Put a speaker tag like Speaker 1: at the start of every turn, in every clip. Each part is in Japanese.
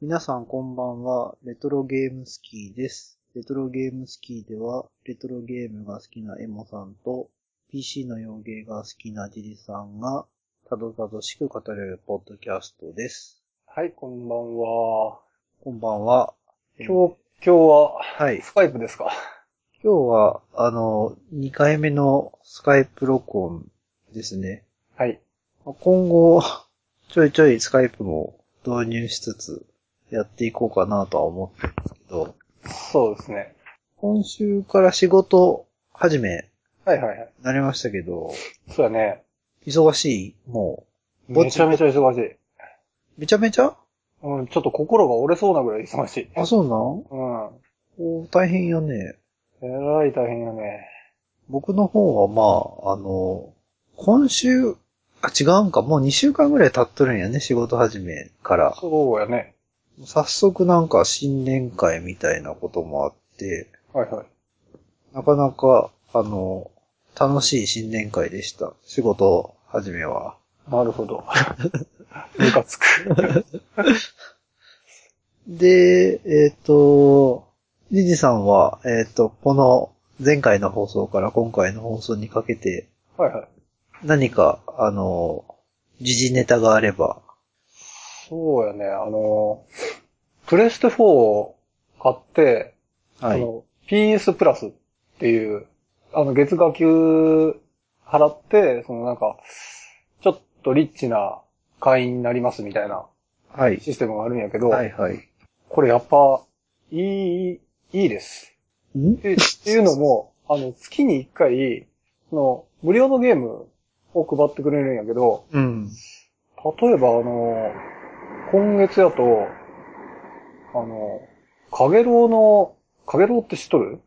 Speaker 1: 皆さんこんばんは、レトロゲームスキーです。レトロゲームスキーでは、レトロゲームが好きなエモさんと、PC の洋芸が好きなジリさんが、たどたどしく語るポッドキャストです。
Speaker 2: はい、こんばんは。
Speaker 1: こんばんは。
Speaker 2: 今日、今日は、
Speaker 1: はい
Speaker 2: スカイプですか。
Speaker 1: 今日は、あの、2回目のスカイプ録音ですね。
Speaker 2: はい。
Speaker 1: 今後、ちょいちょいスカイプも導入しつつ、やっていこうかなとは思ってるんですけど、
Speaker 2: そうですね。
Speaker 1: 今週から仕事始め
Speaker 2: はいはいはい。
Speaker 1: なりましたけど、
Speaker 2: そうだね。
Speaker 1: 忙しいもぼち
Speaker 2: めちゃめちゃ忙しい。
Speaker 1: う、めちゃめちゃ
Speaker 2: うん、ちょっと心が折れそうなぐらい忙しい。
Speaker 1: あ、そうなん
Speaker 2: うん。
Speaker 1: お大変やね。
Speaker 2: えらい大変やね。
Speaker 1: 僕の方は、まあ、あの、今週、あ、違うんか、もう2週間ぐらい経っとるんやね、仕事始めから。
Speaker 2: そうやね。
Speaker 1: 早速なんか新年会みたいなこともあって、
Speaker 2: はいはい。
Speaker 1: なかなか、あの、楽しい新年会でした。仕事始めは。
Speaker 2: なるほど。 ムカつく。
Speaker 1: で、えっ、と、ジジさんは、えっ、と、この前回の放送から今回の放送にかけて、
Speaker 2: はいはい。
Speaker 1: 何か、あの、時事ネタがあれば。
Speaker 2: そうやね。あの、プレステ4を買って、
Speaker 1: は
Speaker 2: あ
Speaker 1: い。
Speaker 2: の、PS プラスっていう、あの、月額払って、そのなんか、ちょっとリッチな会員になりますみたいな
Speaker 1: はい。
Speaker 2: システムがあるんやけど、
Speaker 1: はい、はい。
Speaker 2: これやっぱ、いい、いいです。
Speaker 1: ん
Speaker 2: ってっていうのも、あの、月に一回、その、無料のゲームを配ってくれるんやけど、
Speaker 1: うん。
Speaker 2: 例えばあの、今月やと、あの、かげろうの、かげろうって知っとる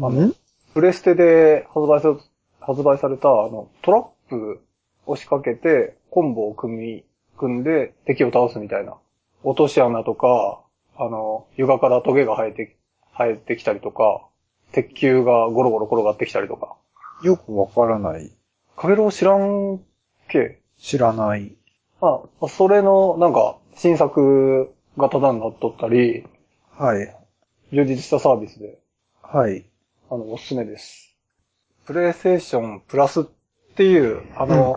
Speaker 2: あの
Speaker 1: ん
Speaker 2: プレステで発売され発売されたあのトラップを仕掛けてコンボを組み、組んで敵を倒すみたいな。落とし穴とか、あの、床からトゲが生えて、生えてきたりとか、鉄球がゴロゴロ転がってきたりとか。
Speaker 1: よくわからない。
Speaker 2: カゲロウ知らんけ
Speaker 1: 知らない。
Speaker 2: あ、それのなんか新作がタダになっとったり、
Speaker 1: はい。
Speaker 2: 充実したサービスで
Speaker 1: はい。
Speaker 2: あの、おすすめです。プレイステーションプラスっていう、あの、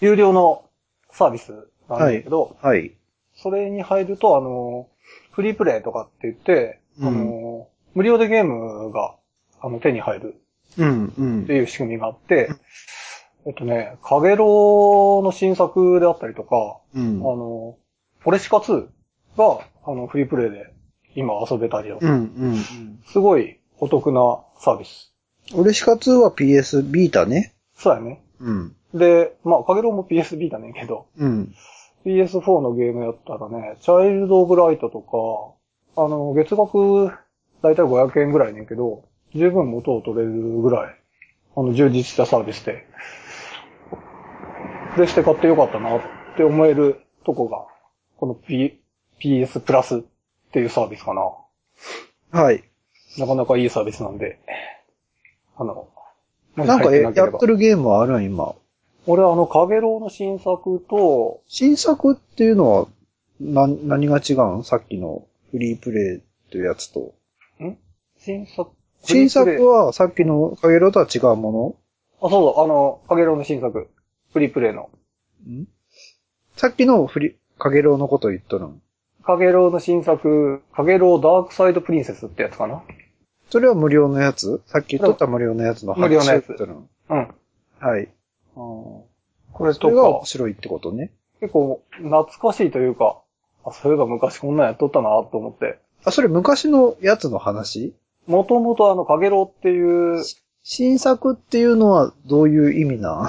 Speaker 2: 有料のサービスなんだけど、
Speaker 1: はい。
Speaker 2: それに入ると、あの、フリープレイとかって言って、あの、無料でゲームが、あの、手に入る
Speaker 1: うん、う
Speaker 2: って
Speaker 1: ん。
Speaker 2: いう仕組みがあって、えっとね、かげろうの新作であったりとか、
Speaker 1: うん
Speaker 2: あの、フォレシカ2が、あの、フリープレイで今遊べたりだとか
Speaker 1: うん、うん。
Speaker 2: すごいお得なサービス。
Speaker 1: 俺しか2は PS ビータね。
Speaker 2: そうやね。
Speaker 1: うん。
Speaker 2: で、まあ、かげろうも PSB だねんけど、
Speaker 1: うん。
Speaker 2: PS4 のゲームやったらね、チャイルド・オブ・ライトとか、あの、月額、だいたい500円ぐらいねんけど、十分元を取れるぐらい、あの、充実したサービスで、でして買ってよかったなって思えるとこが、この P、PS プラスっていうサービスかな。
Speaker 1: はい。
Speaker 2: なかなかいいサービスなんで、あの、もし
Speaker 1: なん
Speaker 2: 入っ
Speaker 1: か
Speaker 2: て
Speaker 1: え
Speaker 2: な
Speaker 1: や
Speaker 2: けれ
Speaker 1: っ
Speaker 2: ば
Speaker 1: て。るゲームはあるん、今。
Speaker 2: 俺はあの、かげろうの新作と、
Speaker 1: 新作っていうのは、な、何が違うんさっきのフリープレイっていうやつと。
Speaker 2: 新作。
Speaker 1: 新作
Speaker 2: フリープレイ
Speaker 1: はさっきのかげろうとは違うも
Speaker 2: あ、そうそう、あの、かげろうの新作。フリープレイの。
Speaker 1: のんさっきのフリ、かげろうのこと言っとるん。
Speaker 2: かげろうの新作、かげろうダークサイドプリンセスってやつかな
Speaker 1: それは無料のやつさっき言っとった無料のやつの
Speaker 2: 無料のや
Speaker 1: 話を
Speaker 2: つ
Speaker 1: 言っとるん
Speaker 2: うん。
Speaker 1: はい。
Speaker 2: これ
Speaker 1: それが
Speaker 2: と
Speaker 1: 面
Speaker 2: か、
Speaker 1: 白いってことね。
Speaker 2: 結構懐かしいというか、あ、そういえば昔こんなんやっとったなと思って。
Speaker 1: あ、それ昔のやつの話
Speaker 2: もともとあの、かげろうっていう、
Speaker 1: 新作っていうのはどういう意味なん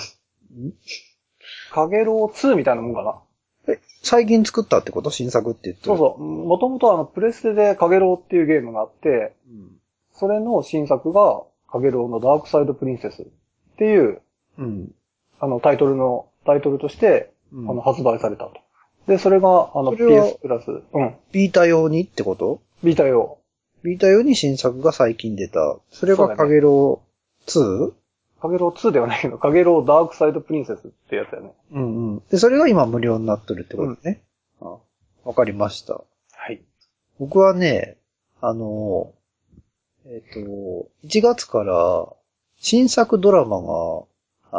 Speaker 2: かげろう2みたいなもんかな。
Speaker 1: え、最近作ったってこと新作って言って
Speaker 2: そう
Speaker 1: る。
Speaker 2: そう。もともとあの、プレステでかげろうっていうゲームがあって、
Speaker 1: うん。
Speaker 2: それの新作が、かげろうのダークサイドプリンセスっていう、
Speaker 1: うん。
Speaker 2: あの、タイトルの、タイトルとして、
Speaker 1: うん
Speaker 2: あの、発売されたと。で、それが、あの、
Speaker 1: それは
Speaker 2: PS プラス、うん、
Speaker 1: ビータ用にってこと
Speaker 2: ビータ用。
Speaker 1: ビータ用に新作が最近出た。それ
Speaker 2: そう
Speaker 1: が
Speaker 2: だね
Speaker 1: かげろう 2?
Speaker 2: かげろう2では ないけど、かげろうダークサイドプリンセスってやつだよね。
Speaker 1: うんうん。で、それが今無料になっとるってことね。あわかりました。僕はね、あの、えっ、と、1月から新作ドラマが、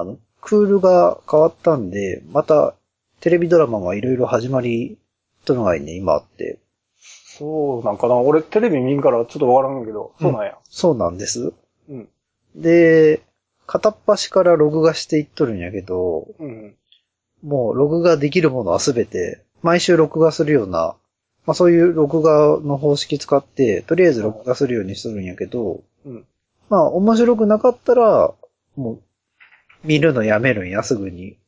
Speaker 1: あの、クールが変わったんで、またテレビドラマがいろいろ始まりとのがね、今あって。
Speaker 2: そうなんかな俺テレビ見んからちょっとわからんけど、そうなんや。
Speaker 1: そうなんです。
Speaker 2: うん。
Speaker 1: で、片っ端から録画していっとるんやけど、
Speaker 2: うん。
Speaker 1: もう録画できるものはすべて、毎週録画するような、まあそういう録画の方式使って、とりあえず録画するようにするんやけど、
Speaker 2: うん。
Speaker 1: まあ面白くなかったら、もう、見るのやめるんや、すぐに。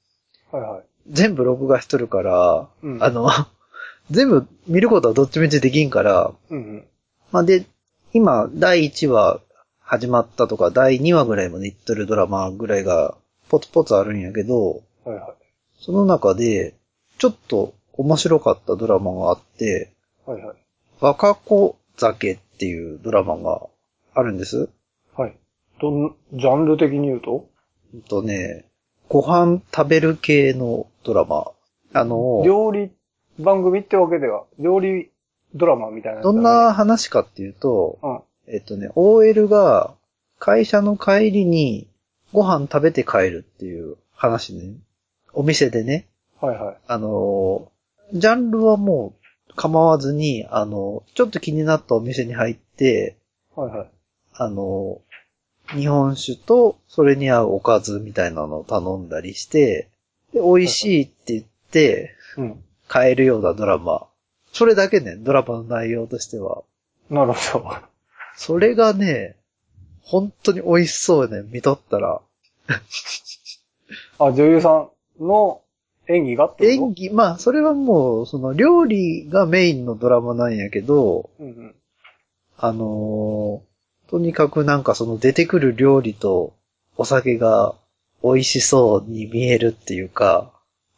Speaker 2: はいはい。
Speaker 1: 全部録画しとるから、
Speaker 2: うん。
Speaker 1: あ、の、 全部見ることはどっちみちできんから、
Speaker 2: うんうん。
Speaker 1: まあで、今、第1話始まったとか、第2話ぐらいまでいっとるドラマぐらいが、ポツポツあるんやけど、
Speaker 2: はいは
Speaker 1: その中で、ちょっと面白かったドラマがあって、
Speaker 2: い。はいはい。
Speaker 1: 若子酒っていうドラマがあるんです。
Speaker 2: はい。どん、ジャンル的に言うと
Speaker 1: うんとね、ご飯食べる系のドラマ。あの、
Speaker 2: 料理番組ってわけでは、料理ドラマみたいなやつ
Speaker 1: ど
Speaker 2: だね、
Speaker 1: んな話かっていうと、
Speaker 2: うん。
Speaker 1: えっとね、OL が会社の帰りにご飯食べて帰るっていう話ね。お店でね、
Speaker 2: はいはい。
Speaker 1: あの、ジャンルはもう構わずに、あの、ちょっと気になったお店に入って、
Speaker 2: はいはい。
Speaker 1: あの、日本酒とそれに合うおかずみたいなのを頼んだりして、で、美味しいって言って
Speaker 2: うん。
Speaker 1: 買えるようなドラマ。それだけね、ドラマの内容としては。
Speaker 2: なるほ ど。
Speaker 1: それがね、本当に美味しそうね、見とったら。
Speaker 2: あ、女優さんの演技がってこと
Speaker 1: 演技、まあ、それはもう、その料理がメインのドラマなんやけど、
Speaker 2: うんうん。
Speaker 1: あのーとにかくなんかその出てくる料理とお酒が美味しそうに見えるっていうか、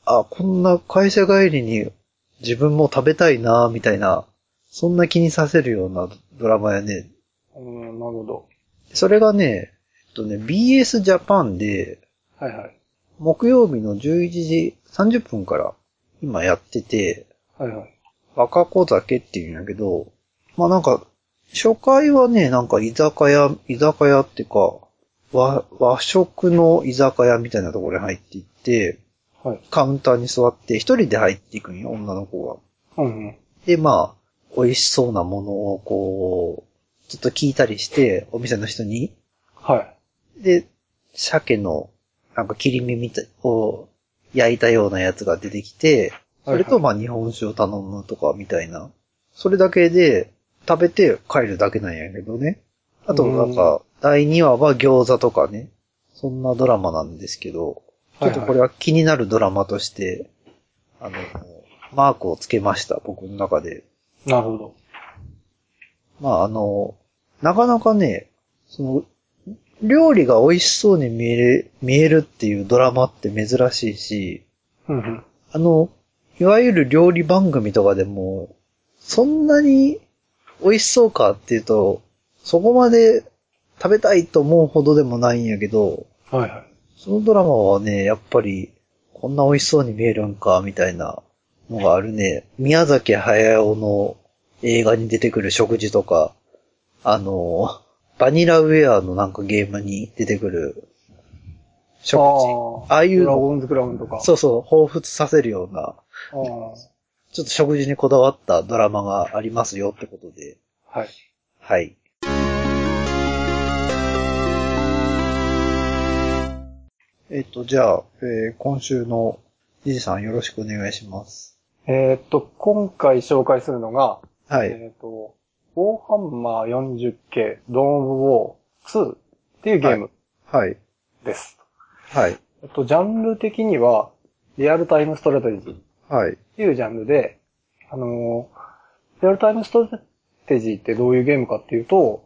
Speaker 1: あ、こんな会社帰りに自分も食べたいなみたいな、そんな気にさせるようなドラマやね。
Speaker 2: うん、なるほど。
Speaker 1: それがね、えっとね、BS ジャパンで、
Speaker 2: はいはい。
Speaker 1: 木曜日の11時30分から今やってて、
Speaker 2: はいはい。
Speaker 1: 若子酒っていうんやけど、まあなんか、初回はね、なんか居酒屋、居酒屋っていうか、和、和食の居酒屋みたいなところに入っていって、
Speaker 2: はい。
Speaker 1: カウンターに座って一人で入っていくんよ、女の子が。
Speaker 2: うんうん。
Speaker 1: で、まあ、美味しそうなものをこう、ちょっと聞いたりして、お店の人に。
Speaker 2: はい。
Speaker 1: で、鮭の、なんか切り身みたい、を焼いたようなやつが出てきて、それとまあ日本酒を頼むとかみたいな。それだけで食べて帰るだけなんやけどね。あとなんか、第2話は餃子とかね。そんなドラマなんですけど、ちょっとこれは気になるドラマとして、あの、マークをつけました、僕の中で。
Speaker 2: なるほど。
Speaker 1: まああの、なかなかね、その、料理が美味しそうに見える、見えるっていうドラマって珍しいし、
Speaker 2: うんうん。
Speaker 1: あの、いわゆる料理番組とかでも、そんなに美味しそうかっていうと、そこまで食べたいと思うほどでもないんやけど、
Speaker 2: はいはい。
Speaker 1: そのドラマはね、やっぱり、こんな美味しそうに見えるんか、みたいなのがあるね。宮崎駿の映画に出てくる食事とか、あの、バニラウェアのなんかゲームに出てくる食事。
Speaker 2: あ
Speaker 1: ああい
Speaker 2: あ
Speaker 1: う
Speaker 2: ドラ
Speaker 1: の、
Speaker 2: ゴンズクラウンとか。
Speaker 1: そうそう、彷彿させるような、ち
Speaker 2: う。
Speaker 1: ょっと食事にこだわったドラマがありますよってことで、
Speaker 2: はい。
Speaker 1: はい。えっと、じゃあ、えー今週のじじさんよろしくお願いします。
Speaker 2: えーっと、今回紹介するのが、
Speaker 1: はい。
Speaker 2: えっと、ウォーハンマー 40K ドーン・オブ・ウォー2っていうゲーム
Speaker 1: はい。
Speaker 2: です。
Speaker 1: はい。
Speaker 2: えっと、ジャンル的には、リアルタイムストラテジーっ
Speaker 1: はい。
Speaker 2: ていうジャンルで、あのーリアルタイムストラテジーってどういうゲームかっていうと、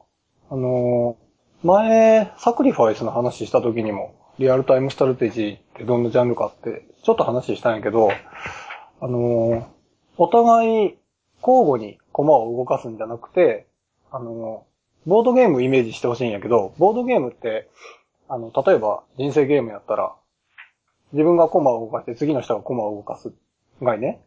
Speaker 2: あのー前、サクリファイスの話した時にも、リアルタイムストラテジーってどんなジャンルかって、ちょっと話したんやけど、あのーお互い交互に駒を動かすんじゃなくて、あのーボードゲームイメージしてほしいんやけど、ボードゲームって、あの、例えば人生ゲームやったら、自分がコマを動かして次の人がコマを動かす概念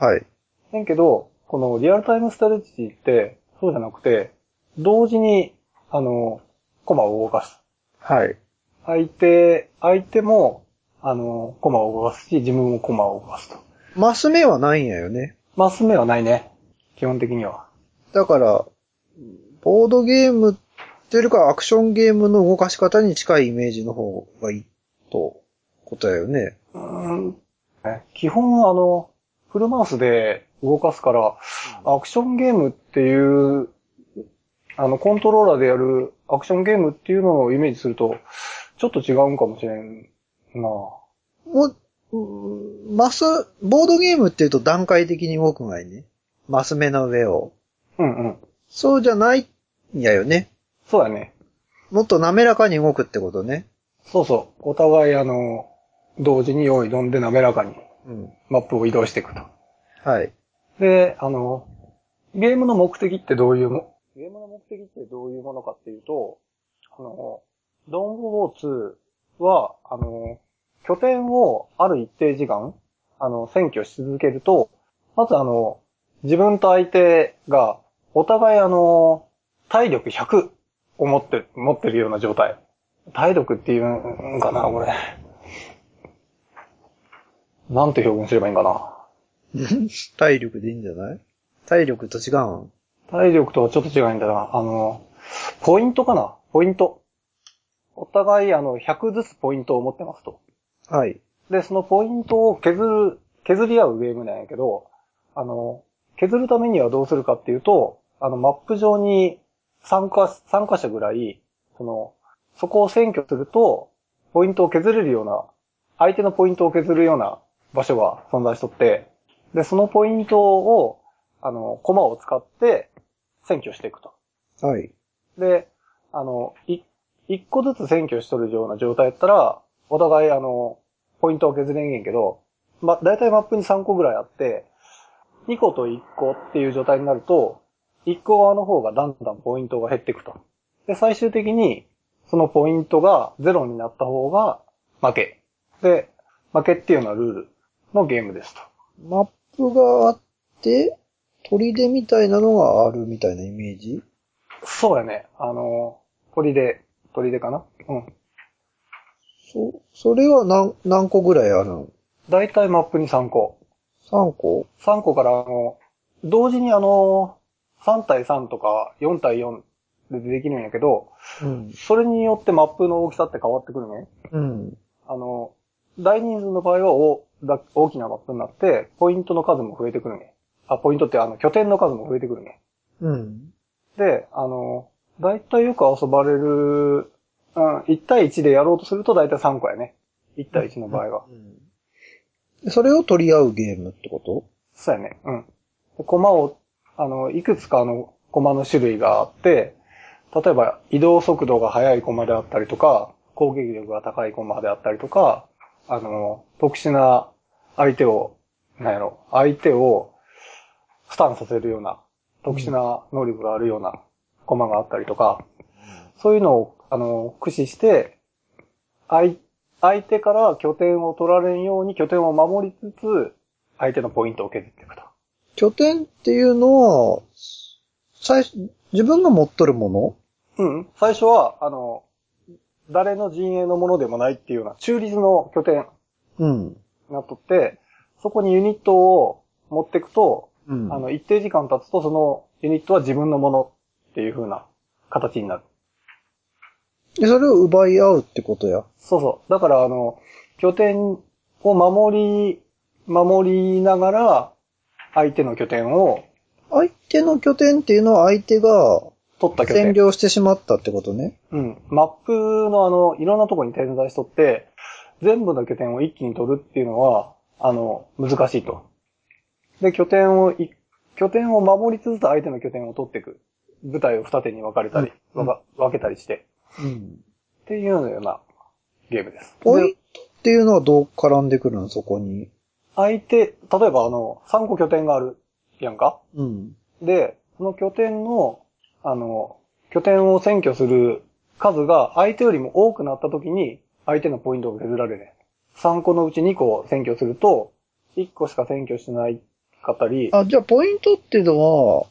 Speaker 1: はい。
Speaker 2: ねんけど、このリアルタイムストレッチって、そうじゃなくて、同時に、あの、コマを動かす。
Speaker 3: はい。
Speaker 2: 相手、相手も、あの、コマを動かすし、自分もコマを動かすと。
Speaker 1: マス目はないんやよね。
Speaker 2: マス目はないね。基本的には。
Speaker 1: だから、ボードゲームっていうよりかはアクションゲームの動かし方に近いイメージの方がいいと、ことやよね。
Speaker 2: うーん。ね基本はあの、フルマウスで動かすから、アクションゲームっていう、あの、コントローラーでやるアクションゲームっていうのをイメージすると、ちょっと違うんかもしれんな
Speaker 1: もう、うんマス、ボードゲームっていうと段階的に動くがいいね。マス目の上を。
Speaker 2: うんうん。
Speaker 1: そうじゃないんやよね。
Speaker 2: そうだね。
Speaker 1: もっと滑らかに動くってことね。
Speaker 2: そうそう。お互いあの、同時に用意どんで滑らかに
Speaker 1: うん。
Speaker 2: マップを移動していくと。
Speaker 1: はい。
Speaker 2: で、あの、ゲームの目的ってどういうも、ゲームの目的ってどういうものかっていうと、あの、ドンゴー2は、あの、拠点をある一定時間、あの、占拠し続けると、まずあの、自分と相手が、お互いあの、体力100を持ってる、持ってるような状態。体力っていうんかな、これ。なんて表現すればいいんかな。
Speaker 1: 体力でいいんじゃない体力と違うん。
Speaker 2: 体力とはちょっと違うんだな。あの、ポイントかなポイント。お互い、あの、100ずつポイントを持ってますと。
Speaker 1: はい。
Speaker 2: で、そのポイントを削る、削り合うゲームなんやけど、あの、削るためにはどうするかっていうと、あの、マップ上に参加、参加者ぐらい、その、そこを占拠すると、ポイントを削れるような、相手のポイントを削るような場所が存在しとって、で、そのポイントを、あの、コマを使って占拠していくと。
Speaker 1: はい。
Speaker 2: で、あの、い、一個ずつ選挙しとるような状態やったら、お互いあの、ポイントを削れんげんけど、ま、だいたいマップに3個ぐらいあって、2個と1個っていう状態になると、1個側の方がだんだんポイントが減っていくと。で、最終的に、そのポイントがゼロになった方が負け。で、負けっていうのはルールのゲームですと。
Speaker 1: マップがあって、砦みたいなのがあるみたいなイメージ
Speaker 2: そうやね。あの、鳥で、鳥でかなうん。
Speaker 1: そ、それは何、何個ぐらいあるの
Speaker 2: だいたいマップに3個。
Speaker 1: ?3 個
Speaker 2: 3個から、あの、同時にあの、3対3とか4対4でできるんやけど、
Speaker 1: うん。
Speaker 2: それによってマップの大きさって変わってくるね。
Speaker 1: うん。
Speaker 2: あの、大人数の場合はおだ大きなマップになって、ポイントの数も増えてくるね。あ、ポイントってあの、拠点の数も増えてくるね。
Speaker 1: うん。
Speaker 2: で、あの、だいたいよく遊ばれる、うん、1対1でやろうとするとだいたい3個やね。1対1の場合は。
Speaker 1: うん。それを取り合うゲームってこと
Speaker 2: そうやね。うん。で駒を、あの、いくつかの駒の種類があって、例えば移動速度が速い駒であったりとか、攻撃力が高い駒であったりとか、あの、特殊な相手を、なんやろ、相手をスタンさせるような、特殊な能力があるような駒があったりとか、そういうのを、あの、駆使して、相、相手から拠点を取られんように拠点を守りつつ、相手のポイントを削っていくと。
Speaker 1: 拠点っていうのは、最初、自分が持っとるもの
Speaker 2: うん。最初は、あの、誰の陣営のものでもないっていうような中立の拠点
Speaker 1: うん。
Speaker 2: になっとって、そこにユニットを持っていくと、
Speaker 1: うん
Speaker 2: あの、一定時間経つとそのユニットは自分のものっていう風な形になる。
Speaker 1: で、それを奪い合うってことや。
Speaker 2: そうそう。だから、あの、拠点を守り、守りながら、相手の拠点を
Speaker 1: 相手の拠点っていうのは相手が
Speaker 2: 取った拠
Speaker 1: 占
Speaker 2: 点。
Speaker 1: 領してしまったってことね。
Speaker 2: うん。マップのあの、いろんなとこに点在しとって、全部の拠点を一気に取るっていうのは、あの、難しいと。で、拠点をい、拠点を守りつつ相手の拠点を取っていく。舞台を二手に分かれたり、
Speaker 1: うん
Speaker 2: わか分けたりして。
Speaker 1: うん。
Speaker 2: っていうようなゲームです。
Speaker 1: ポイン
Speaker 2: で
Speaker 1: トっていうのはどう絡んでくるのそこに。
Speaker 2: 相手、例えばあの、3個拠点があるやんか
Speaker 1: うん。
Speaker 2: で、その拠点の、あの、拠点を占拠する数が相手よりも多くなった時に、相手のポイントが削られる。3個のうち2個を占拠すると、1個しか占拠しないったり、
Speaker 1: あ、じゃあポイントっていうのは、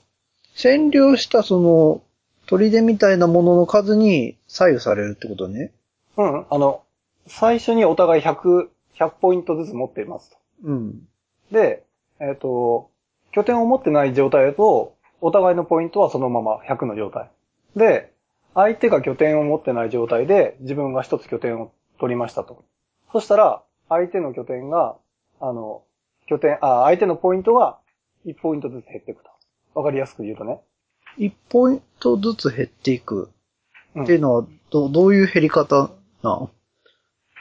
Speaker 1: 占領したその、砦みたいなものの数に左右されるってことね。
Speaker 2: うん、あの、最初にお互い100、100ポイントずつ持っていますと。
Speaker 1: うん。
Speaker 2: で、えっ、と、拠点を持ってない状態だと、お互いのポイントはそのまま100の状態。で、相手が拠点を持ってない状態で、自分が一つ拠点を取りましたと。そしたら、相手の拠点が、あの、拠点、あ、相手のポイントが1ポイントずつ減っていくと。わかりやすく言うとね。
Speaker 1: 1ポイントずつ減っていく。
Speaker 2: うん
Speaker 1: っていうのは、ど、どういう減り方なん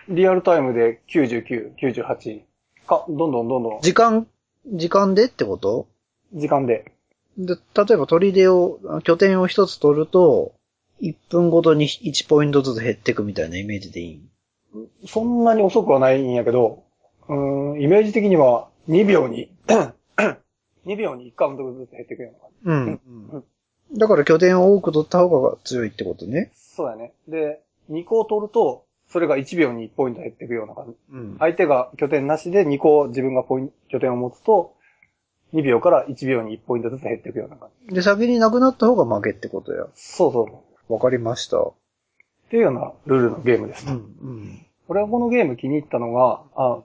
Speaker 2: リアルタイムで99、98か、どんどんどんどん、
Speaker 1: 時間、時間でってこと
Speaker 2: 時間で。
Speaker 1: で、例えば砦を、あ拠点を一つ取ると、1分ごとに1ポイントずつ減っていくみたいなイメージでいい
Speaker 2: そんなに遅くはないんやけど、うーん、イメージ的には2秒に、2秒に1カウントずつ減っていくような感じ。
Speaker 1: うん。だから拠点を多く取った方が強いってことね。
Speaker 2: そうやね。で、2個を取ると、それが1秒に1ポイント減っていくような感じ。
Speaker 1: うん
Speaker 2: 相手が拠点なしで2個自分がポイント、拠点を持つと、2秒から1秒に1ポイントずつ減っていくような感じ。
Speaker 1: で、先になくなった方が負けってことや。
Speaker 2: そうそうそう。
Speaker 1: わかりました。う
Speaker 2: っていうようなルールのゲームです。
Speaker 1: ん、うん。
Speaker 2: 俺はこのゲーム気に入ったのが、あ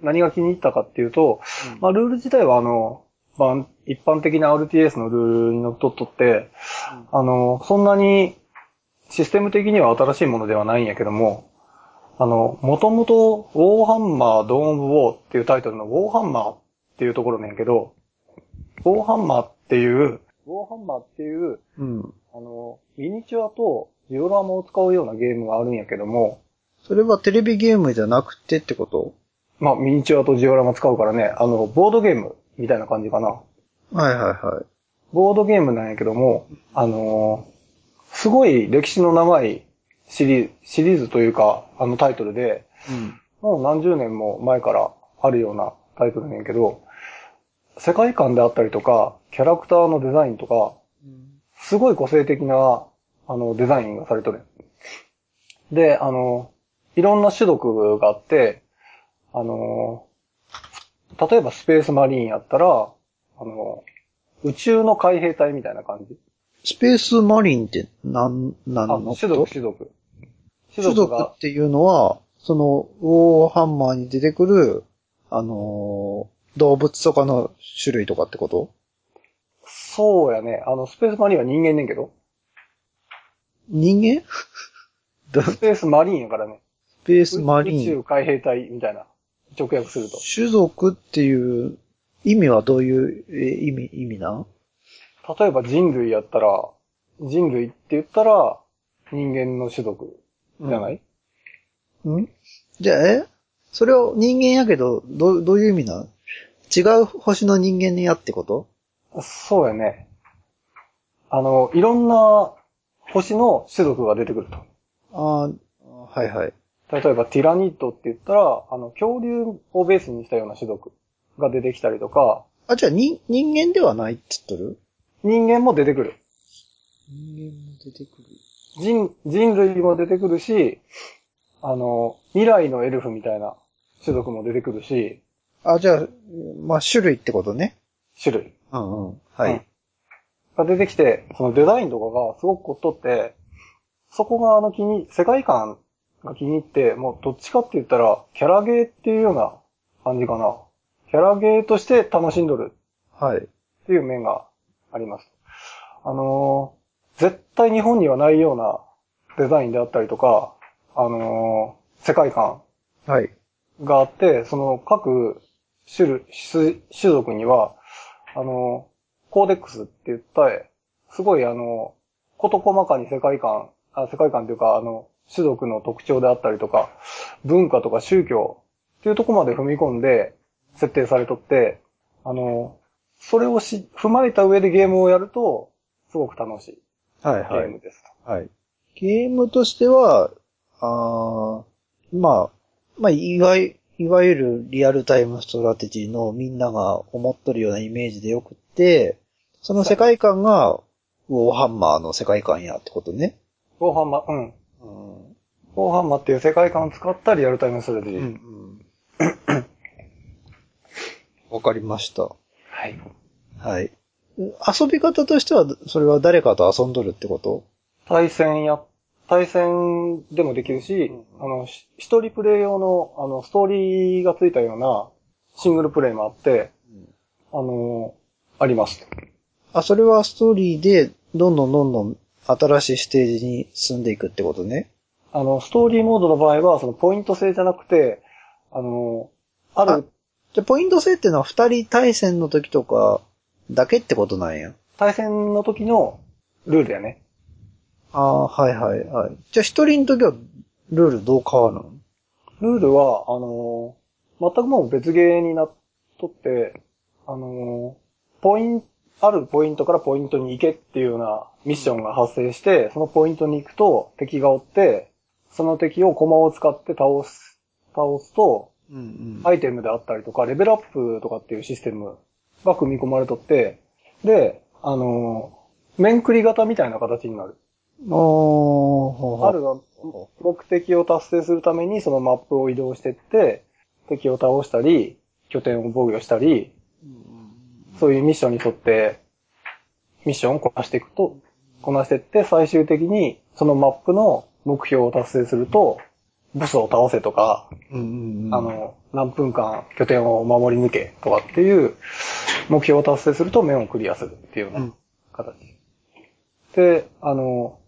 Speaker 2: 何が気に入ったかっていうと、まあ、ルール自体は、あの、まあ一般的な RTS のルールにのっとっとって、あの、そんなにシステム的には新しいものではないんやけども、あの、もともと、ウォーハンマー・ドーン・オブ・ウォーっていうタイトルのウォーハンマーっていうところなんやけど、ウォーハンマーっていう、ウォーハンマーっていう、
Speaker 1: うん。
Speaker 2: あの、ミニチュアとジオラマを使うようなゲームがあるんやけども、
Speaker 1: それはテレビゲームじゃなくてってこと
Speaker 2: まあ、ミニチュアとジオラマ使うからね、あの、ボードゲームみたいな感じかな。
Speaker 1: はいはいはい。
Speaker 2: ボードゲームなんやけども、あのーすごい歴史の長いシリーズ、シリーズというか、あのタイトルで、
Speaker 1: うん。
Speaker 2: もう何十年も前からあるようなタイトルなんやけど、世界観であったりとか、キャラクターのデザインとか、すごい個性的な、あの、デザインがされとる。で、あの、いろんな種族があって、あの、例えばスペースマリーンやったら、あの、宇宙の海兵隊みたいな感じ。
Speaker 1: スペースマリンってなん、な
Speaker 2: あ
Speaker 1: ん
Speaker 2: の、
Speaker 1: の
Speaker 2: 種族、種族。
Speaker 1: 種
Speaker 2: 種族
Speaker 1: 族
Speaker 2: が
Speaker 1: っ、ていうのは、その、ウォーハンマーに出てくる、あのー動物とかの種類とかってこと
Speaker 2: そうやね。あの、スペースマリーンは人間ねんけど、
Speaker 1: 人間だ
Speaker 2: スペースマリーンやからね。
Speaker 1: スペースマリ
Speaker 2: 宇
Speaker 1: ン。
Speaker 2: 宙海兵隊みたいな。直訳すると。
Speaker 1: 種族っていう意味はどういうえ意味、意味なん
Speaker 2: 例えば人類やったら、人類って言ったら、人間の種族じゃない、
Speaker 1: んじゃあ、えそれを人間やけど、どう、どういう意味なん違う星の人間やってこと
Speaker 2: そうやね。あの、いろんな星の種族が出てくると。
Speaker 1: あーあ、はいはい。
Speaker 2: 例えばティラニットって言ったら、あの、恐竜をベースにしたような種族が出てきたりとか、
Speaker 1: あ、じゃあ人、人間ではないって言っとる
Speaker 2: 人間も出てくる。
Speaker 1: 人間も出てくる。
Speaker 2: 人、人類も出てくるし、あの、未来のエルフみたいな種族も出てくるし、
Speaker 1: あ、じゃあ、まあ、種類ってことね。
Speaker 2: 種類。
Speaker 1: うんうん。は
Speaker 2: うん
Speaker 1: い。
Speaker 2: が出てきて、そのデザインとかがすごく凝っとって、そこがあの気に、世界観が気に入って、もうどっちかって言ったら、キャラゲーっていうような感じかな。キャラゲーとして楽しんどる
Speaker 1: はい。
Speaker 2: っていう面があります。あのー絶対日本にはないようなデザインであったりとか、あのー世界観
Speaker 1: はい。
Speaker 2: があって、その各種類、種種族には、あの、コーデックスって言ったら、すごいあの、こと細かに世界観、あ世界観というか、あの、種族の特徴であったりとか、文化とか宗教っていうところまで踏み込んで設定されとって、あの、それをし、踏まえた上でゲームをやると、すごく楽しい
Speaker 1: はい
Speaker 2: ゲームです。
Speaker 1: はい。ゲームとしては、あーまあ、まあ、いわゆいわゆるリアルタイムストラテジーのみんなが思っとるようなイメージでよくって、その世界観がウォーハンマーの世界観やってことね。
Speaker 2: ウォーハンマー、う
Speaker 1: う
Speaker 2: ん。
Speaker 1: ん。
Speaker 2: ウォーハンマーっていう世界観を使ったリアル タイムストラテジー。
Speaker 1: うん。わかりました。
Speaker 2: はい。
Speaker 1: はい。遊び方としては、それは誰かと遊んどるってこと
Speaker 2: 対戦や、対戦でもできるし、あの、し一人プレイ用の、あの、ストーリーがついたような、シングルプレイもあって、あの、あります。
Speaker 1: あ、それはストーリーで、どんどんどんどん新しいステージに進んでいくってことね。
Speaker 2: あの、ストーリーモードの場合は、その、ポイント制じゃなくて、あの、ある、
Speaker 1: じゃ、ポイント制ってのは二人対戦の時とかだけってことなんや。
Speaker 2: 対戦の時のルールやね。
Speaker 1: ああー、はいはいはい。じゃあ一人の時はルールどう変わるの
Speaker 2: ルールは、あのー全くもう別ゲーになっとって、あのーポイン、あるポイントからポイントに行けっていうようなミッションが発生して、そのポイントに行くと敵が追って、その敵を駒を使って倒す、倒すと、
Speaker 1: うんうん
Speaker 2: アイテムであったりとか、レベルアップとかっていうシステムが組み込まれとって、で、あのー面繰り型みたいな形になる。
Speaker 1: おー、ほうほう
Speaker 2: あるが目的を達成するためにそのマップを移動してって、敵を倒したり、拠点を防御したり、そういうミッションに沿って、ミッションをこなしていくと、こなしていって、最終的にそのマップの目標を達成すると、ボスを倒せとか、
Speaker 1: うんうん。
Speaker 2: あ、の、何分間拠点を守り抜けとかっていう目標を達成すると面をクリアするっていうよう
Speaker 1: う
Speaker 2: なん形。で、あの、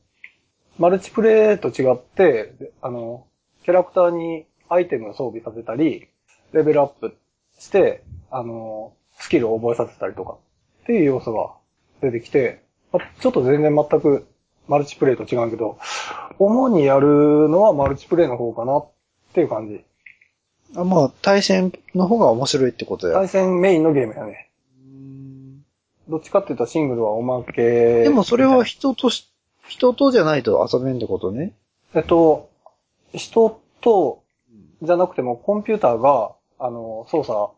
Speaker 2: マルチプレイと違って、であの、キャラクターにアイテムを装備させたり、レベルアップして、あの、スキルを覚えさせたりとかっていう要素が出てきて、まあちょっと全然全くマルチプレイと違うけど、主にやるのはマルチプレイの方かなっていう感じ。
Speaker 1: あまあ、対戦の方が面白いってことや。
Speaker 2: 対戦メインのゲームやね。
Speaker 1: うん
Speaker 2: どっちかっていうとシングルはおまけ。
Speaker 1: でもそれは、人とし、人とじゃないと遊べんってことね。
Speaker 2: えっと、人と、じゃなくてもコンピューターが、あの、操作、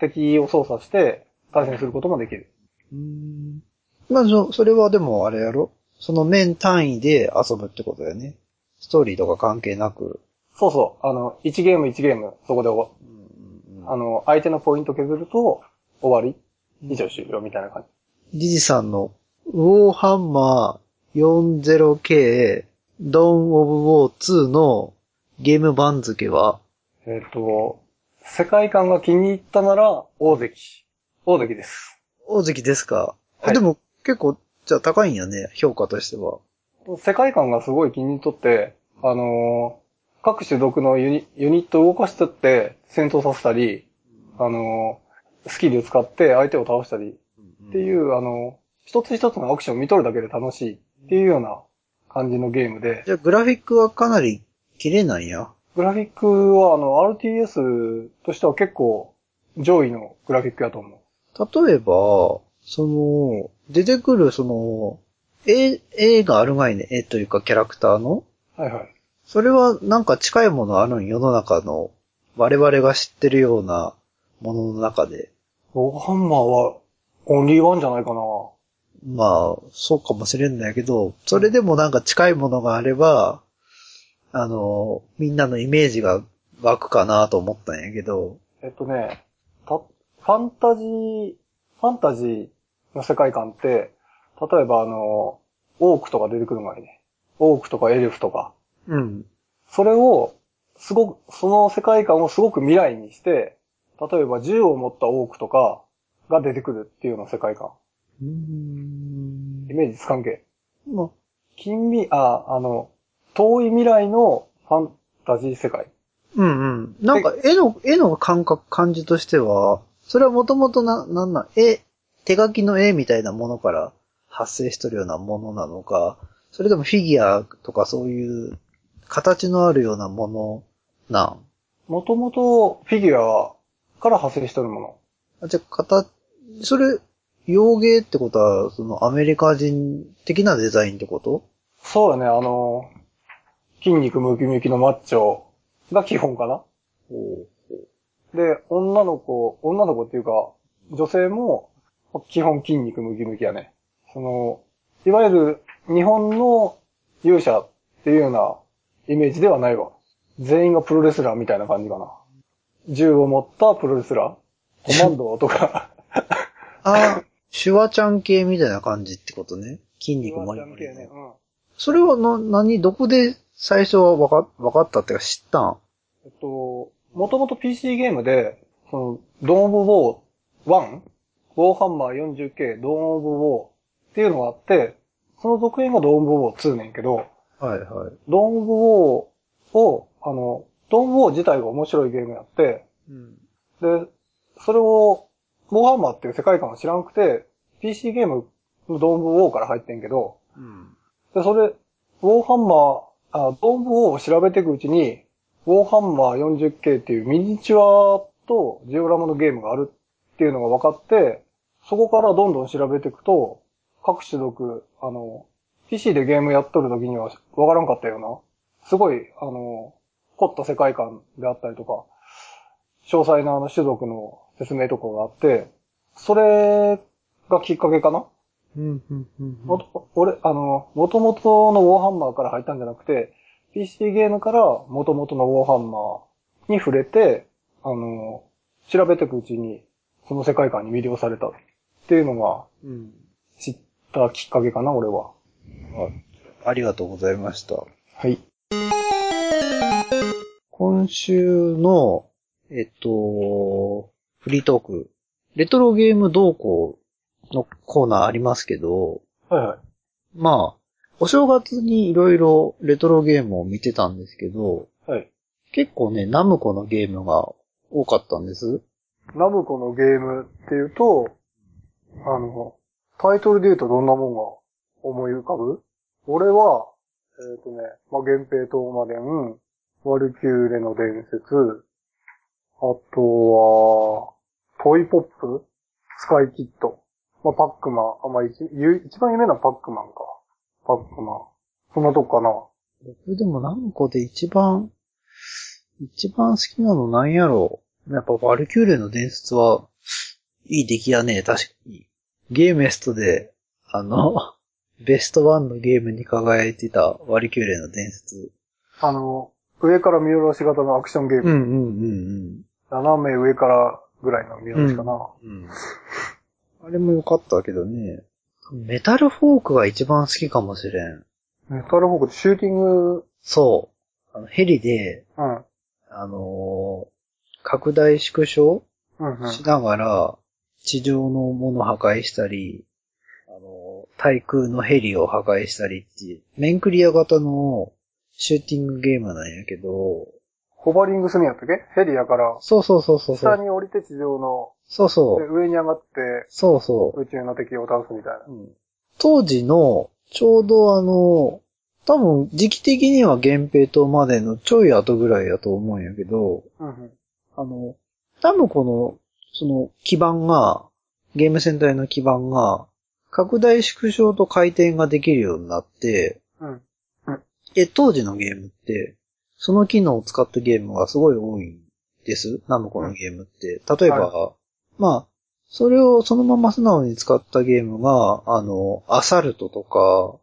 Speaker 2: 敵を操作して対戦することもできる。
Speaker 1: うん。まあ、そ、それはでもあれやろその面単位で遊ぶってことだよね。ストーリーとか関係なく。
Speaker 2: そうそう、あの、1ゲーム1ゲーム、そこで終わ、あの、相手のポイント削ると終わり、以上終了みたいな感じ。
Speaker 1: ジジさんの、ウォーハンマー 40K ドン・オブ・ウォー2のゲーム番付は、
Speaker 2: えっと、世界観が気に入ったなら、大関。大関です。
Speaker 1: 大関ですか、
Speaker 2: はい
Speaker 1: でも結構、じゃあ高いんやね、評価としては。
Speaker 2: 世界観がすごい気に入っとって、あのー各種族のユニユニットを動かしてって戦闘させたり、あのースキルを使って相手を倒したりっていう、あのー一つ一つのアクションを見とるだけで楽しいっていうような感じのゲームで、
Speaker 1: じゃあグラフィックはかなり綺麗なんや。
Speaker 2: グラフィックはあの RTS としては結構上位のグラフィックやと思う。
Speaker 1: 例えば、その、出てくるその、絵、絵があるがいね、絵というかキャラクターの
Speaker 2: はいはい。
Speaker 1: それはなんか近いものあるん世の中の、我々が知ってるようなものの中で。
Speaker 2: ローハンマーはオンリーワンじゃないかな。
Speaker 1: まあ、そうかもしれんだけど、それでもなんか近いものがあれば、あの、みんなのイメージが湧くかなと思ったんやけど、
Speaker 2: えっとね、た、ファンタジー、ファンタジーの世界観って、例えばあの、オークとか出てくる前ね。オークとかエルフとか。
Speaker 1: うん。
Speaker 2: それを、すごく、その世界観をすごく未来にして、例えば銃を持ったオークとかが出てくるっていうような世界観。
Speaker 1: うーん
Speaker 2: イ。メージつかんけ。
Speaker 1: まあ、
Speaker 2: 近未、あ、あの、遠い未来のファンタジー世界。
Speaker 1: うんうん。なんか絵の、絵の感覚、感じとしては、それはもともとな、なんなん、絵、手書きの絵みたいなものから発生しとるようなものなのか、それともフィギュアとかそういう形のあるようなものなん
Speaker 2: もともとフィギュアから派生してるもの。
Speaker 1: あ、じゃあ、形、それ、洋芸ってことは、そのアメリカ人的なデザインってこと
Speaker 2: そうだね、あの、筋肉ムキムキのマッチョが基本かな。で、女の子、女の子っていうか、女性も基本筋肉ムキムキやね。その、いわゆる日本の勇者っていうようなイメージではないわ。全員がプロレスラーみたいな 感じかな。銃を持ったプロレスラー。コマンドとか、
Speaker 1: ああ、シュワちゃん系みたいな感じってことね。筋肉
Speaker 2: 弱
Speaker 1: マ
Speaker 2: ち
Speaker 1: リ
Speaker 2: ゃ
Speaker 1: マ
Speaker 2: ん
Speaker 1: リ
Speaker 2: 系
Speaker 1: の。
Speaker 2: ね。 うん。
Speaker 1: それはな、何、どこで最初は分か、分かったっていうか知ったん
Speaker 2: えっと、もともと PC ゲームで、その、ドーン・オブ・ウォー 1? ウォーハンマー 40K ドーン・オブ・ウォーっていうのがあって、その続編がドーン・オブ・ウォー2ねんけど、
Speaker 1: はいはい。
Speaker 2: ドーン・オブ・ウォーを、あの、ドーン・オブ・ウォー自体が面白いゲームやって、
Speaker 1: うん。
Speaker 2: で、それを、ウォーハンマーっていう世界観を知らんくて、PC ゲームのドーン・オブ・ウォーから入ってんけど、
Speaker 1: うん。
Speaker 2: で、それ、ウォーハンマー、あ、ドームウォーを調べていくうちに、ウォーハンマー 40K っていうミニチュアとジオラマのゲームがあるっていうのが分かって、そこからどんどん調べていくと、各種族、あの、PC でゲームやっとる時には分からんかったような、すごい、あの、凝った世界観であったりとか、詳細なあの種族の説明とかがあって、それがきっかけかな
Speaker 1: うん、うん、うん。
Speaker 2: もと、俺、あの、元々のウォーハンマーから入ったんじゃなくて、PC ゲームから元々のウォーハンマーに触れて、あの、調べていくうちに、その世界観に魅了されたっていうのが
Speaker 1: うん。
Speaker 2: 知ったきっかけかな、俺は。
Speaker 1: ありがとうございました。
Speaker 2: はい。
Speaker 1: 今週の、えっと、フリートーク、レトロゲーム動向のコーナーありますけど、
Speaker 2: はいはい。
Speaker 1: まあ、お正月にいろいろレトロゲームを見てたんですけど、
Speaker 2: はい。
Speaker 1: 結構ね、ナムコのゲームが多かったんです。
Speaker 2: ナムコのゲームっていうと、あの、タイトルで言うとどんなもんが思い浮かぶ俺は、えっ、とね、まあ、源平東馬伝、ワルキューレの伝説、あとは、トイポップスカイキット。まあ、パックマン。あ、まあ、一ゆ一番有名なのはパックマンか。パックマン。そんなとこかな。
Speaker 1: 僕でもナムコで一番、一番好きなのなんやろう。やっぱバルキューレの伝説は、いい出来やね、確かに。ゲーメストで、あの、 ベストワンのゲームに輝いてたバルキューレの伝説。
Speaker 2: あの、上から見下ろし型のアクションゲーム。
Speaker 1: んうん
Speaker 2: 斜め上からぐらいの見下ろしかな。
Speaker 1: うんうん。あれも良かったけどね。メタルフォークが一番好きかもしれん。
Speaker 2: メタルフォークってシューティング、
Speaker 1: そう。あのヘリで、
Speaker 2: うん。
Speaker 1: あのー拡大縮小
Speaker 2: うんうん。
Speaker 1: しながら、地上のものを破壊したり、あの、対空のヘリを破壊したりっていう、面クリア型のシューティングゲームなんやけど、
Speaker 2: ホバリングするんやったっけヘリやから、
Speaker 1: そうそうそうそうそ
Speaker 2: 下
Speaker 1: う。
Speaker 2: に降りて地上の、
Speaker 1: そうそ
Speaker 2: で
Speaker 1: う。
Speaker 2: 上に上がって
Speaker 1: そうそ
Speaker 2: 宇宙の敵を倒すみたいな
Speaker 1: う。。うん当時の、ちょうどあの、多分時期的には源平島までのちょい後ぐらいやと思うんやけど、
Speaker 2: うんうん。
Speaker 1: あの、ナムコの、その、基盤が、ゲームセンターの基盤が、拡大縮小と回転ができるようになって、
Speaker 2: うん。
Speaker 1: で、当時のゲームって、その機能を使ったゲームがすごい多いんです。ナムコのゲームって。例えば、まあ、それをそのまま素直に使ったゲームが、あの、アサルトとか、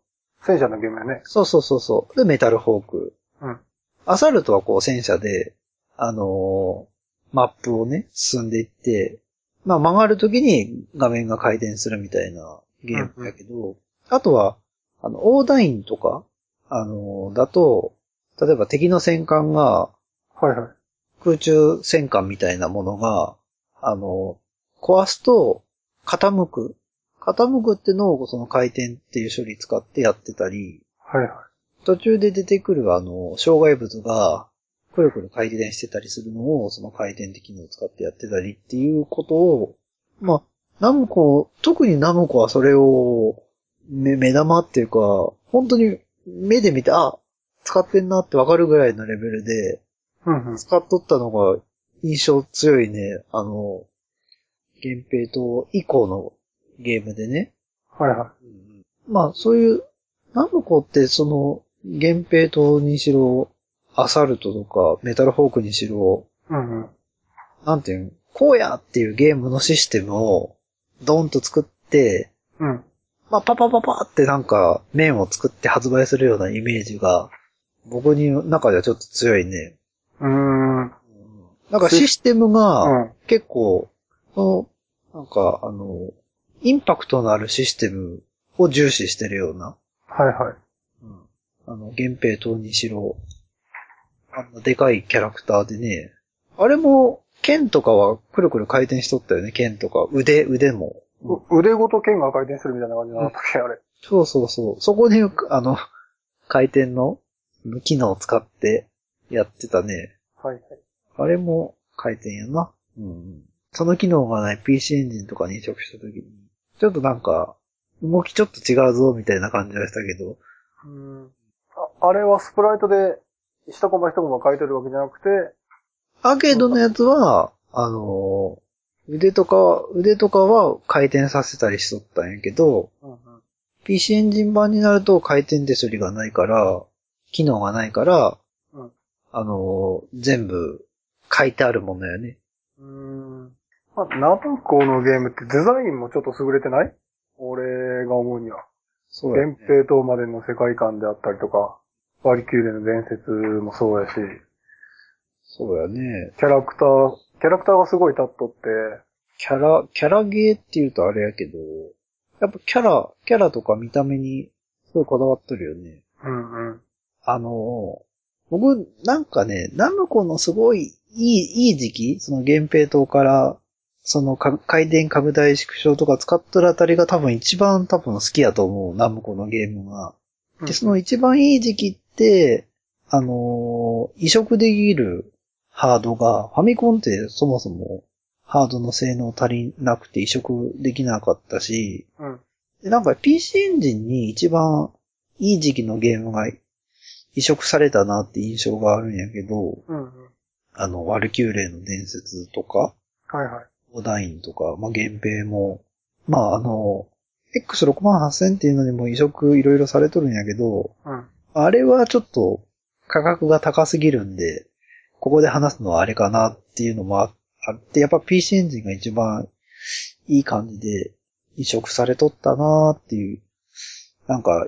Speaker 2: 戦車のゲームやね。
Speaker 1: そうそうそうそう、で、メタルフォーク。
Speaker 2: うん。
Speaker 1: アサルトはこう戦車で、あのーマップをね、進んでいって、まあ曲がるときに画面が回転するみたいなゲームだけど、あとは、あの、オーダインとか、あのーだと、例えば敵の戦艦が
Speaker 2: はいはい。
Speaker 1: 空中戦艦みたいなものが、あのー壊すと傾く。傾くってのをその回転っていう処理使ってやってたり、
Speaker 2: はいはい。
Speaker 1: 途中で出てくるあの、障害物が、くるくる回転してたりするのを、その回転的機能を使ってやってたりっていうことを、まあ、ナムコ、特にナムコはそれを、目、目玉っていうか、本当に目で見て、あ、使ってんなってわかるぐらいのレベルで、
Speaker 2: うんうん。
Speaker 1: 使っとったのが印象強いね、あの、源平と以降のゲームでね。
Speaker 2: はいは
Speaker 1: まあ、そういう、ナムコって、その、源平島にしろ、アサルトとか、メタルフォークにしろ、
Speaker 2: い。うんうん。
Speaker 1: なんていうん、こうやっていうゲームのシステムを、ドンと作って、
Speaker 2: うん。
Speaker 1: まあ、パパパパってなんか、面を作って発売するようなイメージが、僕に中ではちょっと強いね。
Speaker 2: うーん。うん。
Speaker 1: なんかシステムが、
Speaker 2: は
Speaker 1: 結構、その、なんか、あの、インパクトのあるシステムを重視してるような、
Speaker 2: はいはい。
Speaker 1: うん、あの、源平等にしろ、あんなでかいキャラクターでね、あれも、剣とかはくるくる回転しとったよね、剣とか。腕、腕も。
Speaker 2: う腕ごと剣が回転するみたいな感じなのだっけ、あれ。
Speaker 1: そうそうそう。そこで、あの、回転の機能を使ってやってたね。
Speaker 2: はいはい。
Speaker 1: あれも回転やな。うん。その機能がない PC エンジンとかに移植したときに、ちょっとなんか、動きちょっと違うぞ、みたいな感じがしたけど、
Speaker 2: うん。ああれはスプライトで、一コマ一コマ書いてるわけじゃなくて、
Speaker 1: アーケードのやつは、あのー腕とかは、腕とかは回転させたりしとったんやけど、
Speaker 2: うんうん。
Speaker 1: PC エンジン版になると回転手処理がないから、機能がないから、
Speaker 2: うん
Speaker 1: あのー全部書いてあるものやね。
Speaker 2: うーん。まあ、ナブコのゲームってデザインもちょっと優れてない俺が思うには。
Speaker 1: そ
Speaker 2: 源平等までの世界観であったりとか、バリキューレの伝説もそうやし、
Speaker 1: そうやね。
Speaker 2: キャラクター、キャラクターがすごい立っとって、
Speaker 1: キャラ、キャラゲーって言うとあれやけど、やっぱキャラ、キャラとか見た目にすごいこだわっとるよね。
Speaker 2: うんうん。
Speaker 1: あのー、僕、なんかね、ナムコのすごいいい、いい時期、その原平島から、そのか回転拡大縮小とか使っとるあたりが多分一番多分好きやと思う、ナムコのゲームが。で、その一番いい時期って、あのー移植できるハードが、ファミコンってそもそもハードの性能足りなくて移植できなかったし、
Speaker 2: うん。
Speaker 1: で、なんか PC エンジンに一番いい時期のゲームが移植されたなって印象があるんやけど、
Speaker 2: うんうん。
Speaker 1: あの、ワルキューレの伝説とか、
Speaker 2: はいはい。
Speaker 1: オダインとか、まあ、源平も、まあ、あの、X68000 っていうのにも移植いろいろされとるんやけど、
Speaker 2: うん。
Speaker 1: あれはちょっと価格が高すぎるんで、ここで話すのはあれかなっていうのもああって、やっぱ PC エンジンが一番いい感じで移植されとったなーっていう、なんか、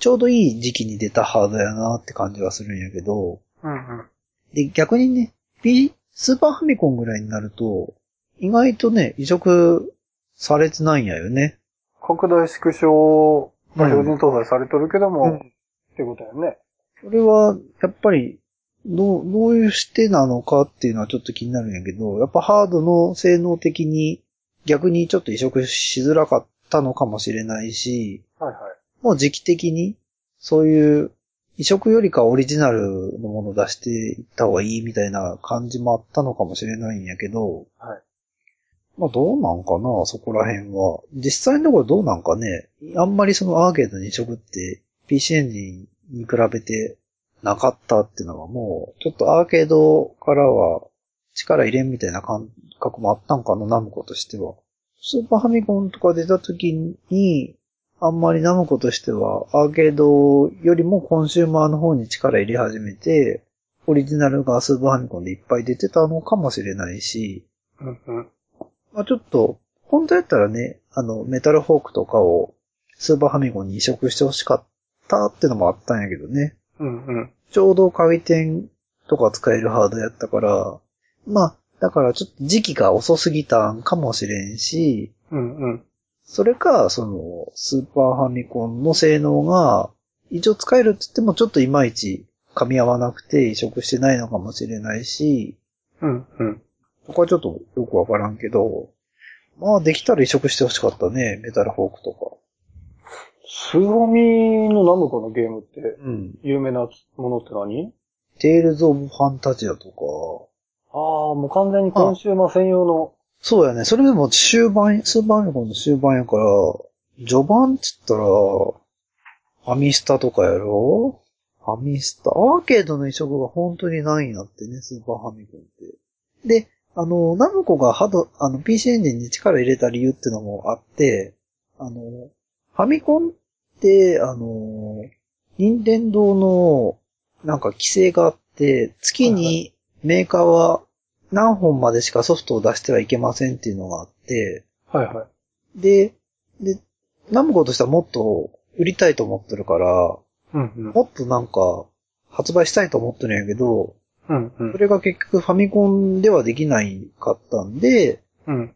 Speaker 1: ちょうどいい時期に出たハードやなーって感じはするんやけど、
Speaker 2: うんうん。
Speaker 1: で、逆にね、B、スーパーファミコンぐらいになると、意外とね、移植されてないんやよね。
Speaker 2: 拡大縮小が標準搭載されとるけども、
Speaker 1: うん
Speaker 2: ってことやね。
Speaker 1: それは、やっぱり、どう、どういうしてなのかっていうのはちょっと気になるんやけど、やっぱハードの性能的に逆にちょっと移植しづらかったのかもしれないし、
Speaker 2: はいはい。
Speaker 1: もう時期的にそういう移植よりかオリジナルのものを出していった方がいいみたいな感じもあったのかもしれないんやけど、
Speaker 2: はい。
Speaker 1: まあどうなんかな、そこら辺は。実際のところどうなんかね、あんまりそのアーケードに移植って PC エンジンに比べてなかったっていうのはもう、ちょっとアーケードからは力入れんみたいな感覚もあったんかな、ナムコとしては。スーパーファミコンとか出た時に、あんまりナムコとしてはアーケードよりもコンシューマーの方に力入れ始めて、オリジナルがスーパーファミコンでいっぱい出てたのかもしれないし、
Speaker 2: うんうん。
Speaker 1: まあ、ちょっと、本当やったらね、あの、メタルホークとかをスーパーファミコンに移植してほしかったってのもあったんやけどね。
Speaker 2: うんうん。
Speaker 1: ちょうど回転とか使えるハードやったから、まあ、だからちょっと時期が遅すぎたんかもしれんし、
Speaker 2: うんうん。
Speaker 1: それか、その、スーパーファミコンの性能が、一応使えるって言ってもちょっといまいち噛み合わなくて移植してないのかもしれないし、
Speaker 2: うんうん。
Speaker 1: ここはちょっとよくわからんけど、まあできたら移植してほしかったね、メタルフォークとか。
Speaker 2: スーファミのナムコのゲームって、
Speaker 1: うん。
Speaker 2: 有名なものって何
Speaker 1: テイルズ・オブ・ファンタジアとか。
Speaker 2: ああ、もう完全にコンシューマー専用の、
Speaker 1: そうやね、それでも終盤、スーパーファミコンの終盤やから、序盤って言ったら、ファミスタとかやろファミスタ。アーケードの移植が本当にないんやってね、スーパーファミコンって。で、あの、ナムコがハド、あの、PC エンジンに力入れた理由ってのもあって、あの、ファミコンって、あの、任天堂の、なんか規制があって、月にメーカーは何本までしかソフトを出してはいけませんっていうのがあって、
Speaker 2: はいはい。
Speaker 1: で、で、ナムコとしてはもっと売りたいと思ってるから、
Speaker 2: うんうん。
Speaker 1: もっとなんか発売したいと思ってるんやけど、
Speaker 2: うんう
Speaker 1: そ
Speaker 2: ん。
Speaker 1: れが結局ファミコンではできないかったんで、
Speaker 2: うん。
Speaker 1: っ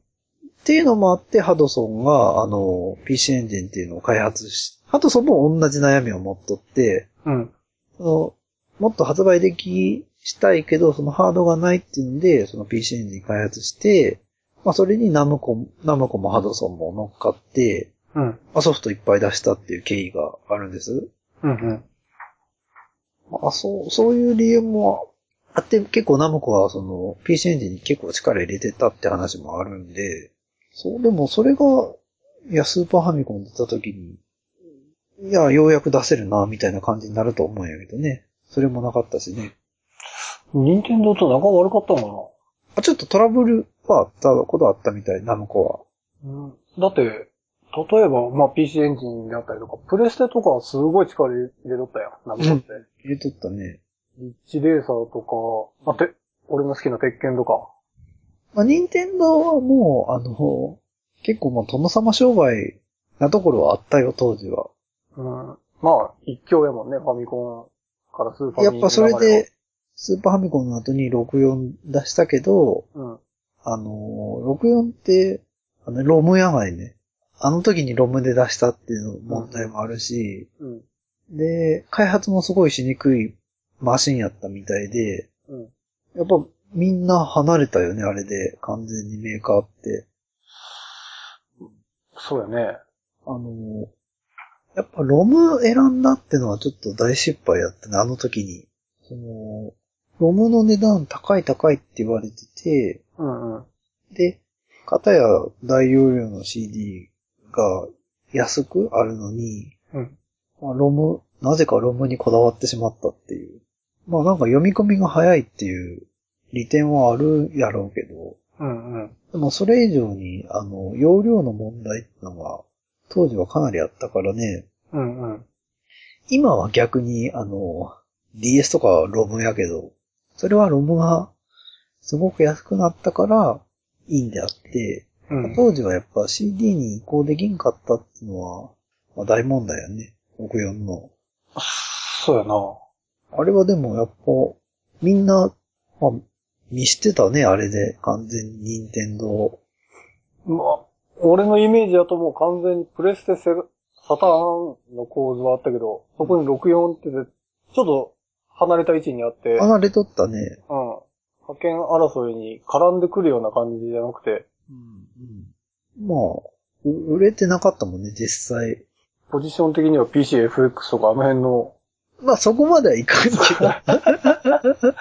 Speaker 1: ていうのもあって、ハドソンが、あの、PC エンジンっていうのを開発し、ハドソンも同じ悩みを持っとって、
Speaker 2: うん。
Speaker 1: その、もっと発売でき、したいけど、そのハードがないっていうんで、その PC エンジン開発して、まあそれにナムコ、ナムコもハドソンも乗っかって、
Speaker 2: うん。
Speaker 1: まあソフトいっぱい出したっていう経緯があるんです。
Speaker 2: うん。うん。
Speaker 1: まあそう、そういう理由もあって、結構ナムコはその PC エンジンに結構力入れてたって話もあるんで、そう、でもそれが、いや、スーパーファミコン出た時に、いや、ようやく出せるな、みたいな感じになると思うんやけどね。それもなかったしね。
Speaker 2: 任天堂と仲悪かったの
Speaker 1: あちょっとトラブルはあったことあったみたい、ナムコは。
Speaker 2: かなうん。だって、例えば、まあ、PC エンジンであったりとか、プレステとかはすごい力入れとったやん、ナムコって。
Speaker 1: 入れとったね。
Speaker 2: リッチレーサーとか、まあ、て、俺の好きな鉄拳とか。
Speaker 1: まあ、任天堂はもう、あの、結構もう殿様商売なところはあったよ、当時は。
Speaker 2: うん。まあ、一強やもんね、ファミコンからスーパー
Speaker 1: やっぱそれで、スーパーファミコンの後に64出したけど、
Speaker 2: うん。
Speaker 1: あのー、64って、あの、ロムやがいね。あの時にロムで出したっていうの問題もあるし、
Speaker 2: うん。
Speaker 1: で、開発もすごいしにくいマシンやったみたいで、
Speaker 2: うん。
Speaker 1: やっぱみんな離れたよね、あれで、完全にメーカーって。
Speaker 2: そうやね。
Speaker 1: あのー、やっぱロム選んだってのはちょっと大失敗やったね、あの時に。その、ロムの値段高い高いって言われてて、
Speaker 2: うんうん。
Speaker 1: で、片や大容量の CD が安くあるのに、
Speaker 2: うん。
Speaker 1: まあ、ロム、なぜかロムにこだわってしまったっていう。まあなんか読み込みが早いっていう利点はあるやろうけど、
Speaker 2: うんうん。
Speaker 1: でもそれ以上に、あの、容量の問題ってのが、当時はかなりあったからね、
Speaker 2: うんうん。
Speaker 1: 今は逆に、あの、DS とかはロムやけど、それはロムがすごく安くなったから、いいんであって、
Speaker 2: うん。
Speaker 1: 当時はやっぱ CD に移行できんかったっていうのは、まあ、大問題やね。64の。
Speaker 2: そうやな。
Speaker 1: あれはでもやっぱ、みんな、まあ、見してたね、あれで。完全に任天堂。
Speaker 2: まあ、俺のイメージだともう完全にプレステセガサターンの構図はあったけど、そこに64ってでちょっと離れた位置にあって、うん。
Speaker 1: 離れとったね。
Speaker 2: 派遣争いに絡んでくるような感じじゃなくて、
Speaker 1: まあ、う売れてなかったもんね、実際。
Speaker 2: ポジション的には PCFX とかあの辺の、
Speaker 1: まあそこまではいかんけ ど。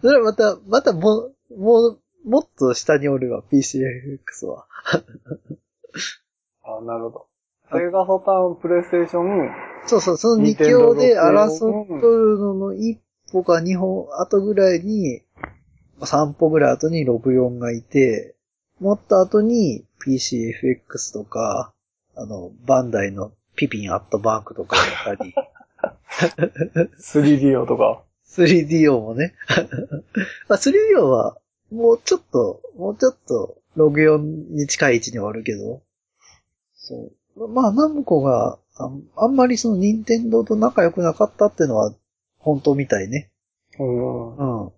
Speaker 1: それはまた、またも、もう、もっと下におるわ、PCFX は。
Speaker 2: あ、なるほど。セガサターン、プレイステーション、
Speaker 1: そうそう、その2強で争っとるのの1歩か2歩後ぐらいに、3歩ぐらい後に64がいて、もっと後に PCFX とか、あの、バンダイのピピンアットバークとかやったり、
Speaker 2: 3DO とか。
Speaker 1: 3DO もね。 まあ、3DO は、もうちょっと、もうちょっと、64に近い位置にはあるけど、そう。まあ、ナムコがあん、あんまりその、任天堂と仲良くなかったってのは、本当みたいね。
Speaker 2: う
Speaker 1: うん。
Speaker 2: ん。
Speaker 1: ま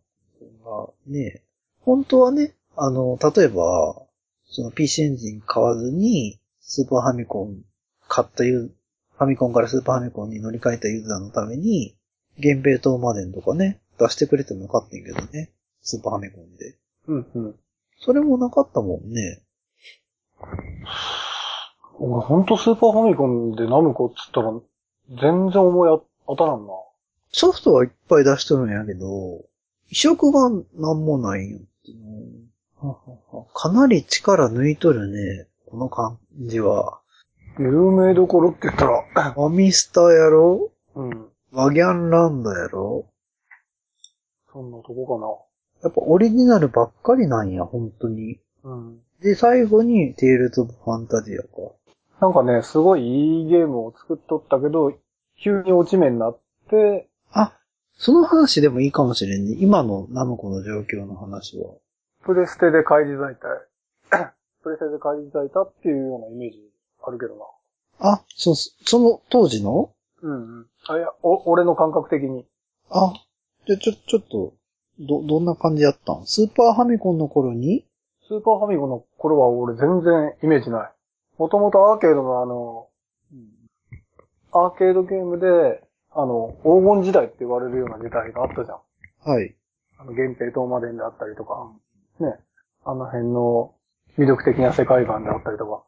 Speaker 1: あ、ね本当はね、あの、例えば、その PC エンジン買わずに、スーパーファミコン買ったユー、ファミコンからスーパーファミコンに乗り換えたユーザーのために、源平島マデンとかね、出してくれてもよかったんやけどね。スーパーファミコンで。
Speaker 2: うん、うん。
Speaker 1: それもなかったもんね。
Speaker 2: 俺ほんとスーパーファミコンでナムコっつったら、全然思い当たらんな。
Speaker 1: ソフトはいっぱい出しとるんやけど、移植がなんもないんよっていうのかなり力抜いとるね、この感じは。
Speaker 2: 有名どころって言ったら、
Speaker 1: ファミスタやろ
Speaker 2: うん。
Speaker 1: ワギャンランドやろ
Speaker 2: そんなとこ
Speaker 1: やっぱオリジナルばっかりなんや、本当に。
Speaker 2: かな。うん。
Speaker 1: で、最後にテイルズ・オブ・ファンタジアか。
Speaker 2: なんかね、すごいいいゲームを作っとったけど、急に落ち目になって、
Speaker 1: あ、その話でもいいかもしれんね。今のナムコの状況の話は。
Speaker 2: プレステで返り咲いた。 プレステで返り咲いたっていうようなイメージあるけどな。
Speaker 1: あ、そ、その当時の
Speaker 2: うんうん。あ、いや、お、俺の感覚的に。
Speaker 1: あ、じゃ、ちょ、ちょっと、ど、どんな感じやったんスーパーファミコンの頃に
Speaker 2: スーパーファミコンの頃は俺全然イメージない。もともとアーケードのあの、
Speaker 1: うん。
Speaker 2: アーケードゲームで、あの、黄金時代って言われるような時代があったじゃん。
Speaker 1: はい。
Speaker 2: あの、源平東馬伝であったりとか、ね、あの辺の魅力的な世界観であったりとか、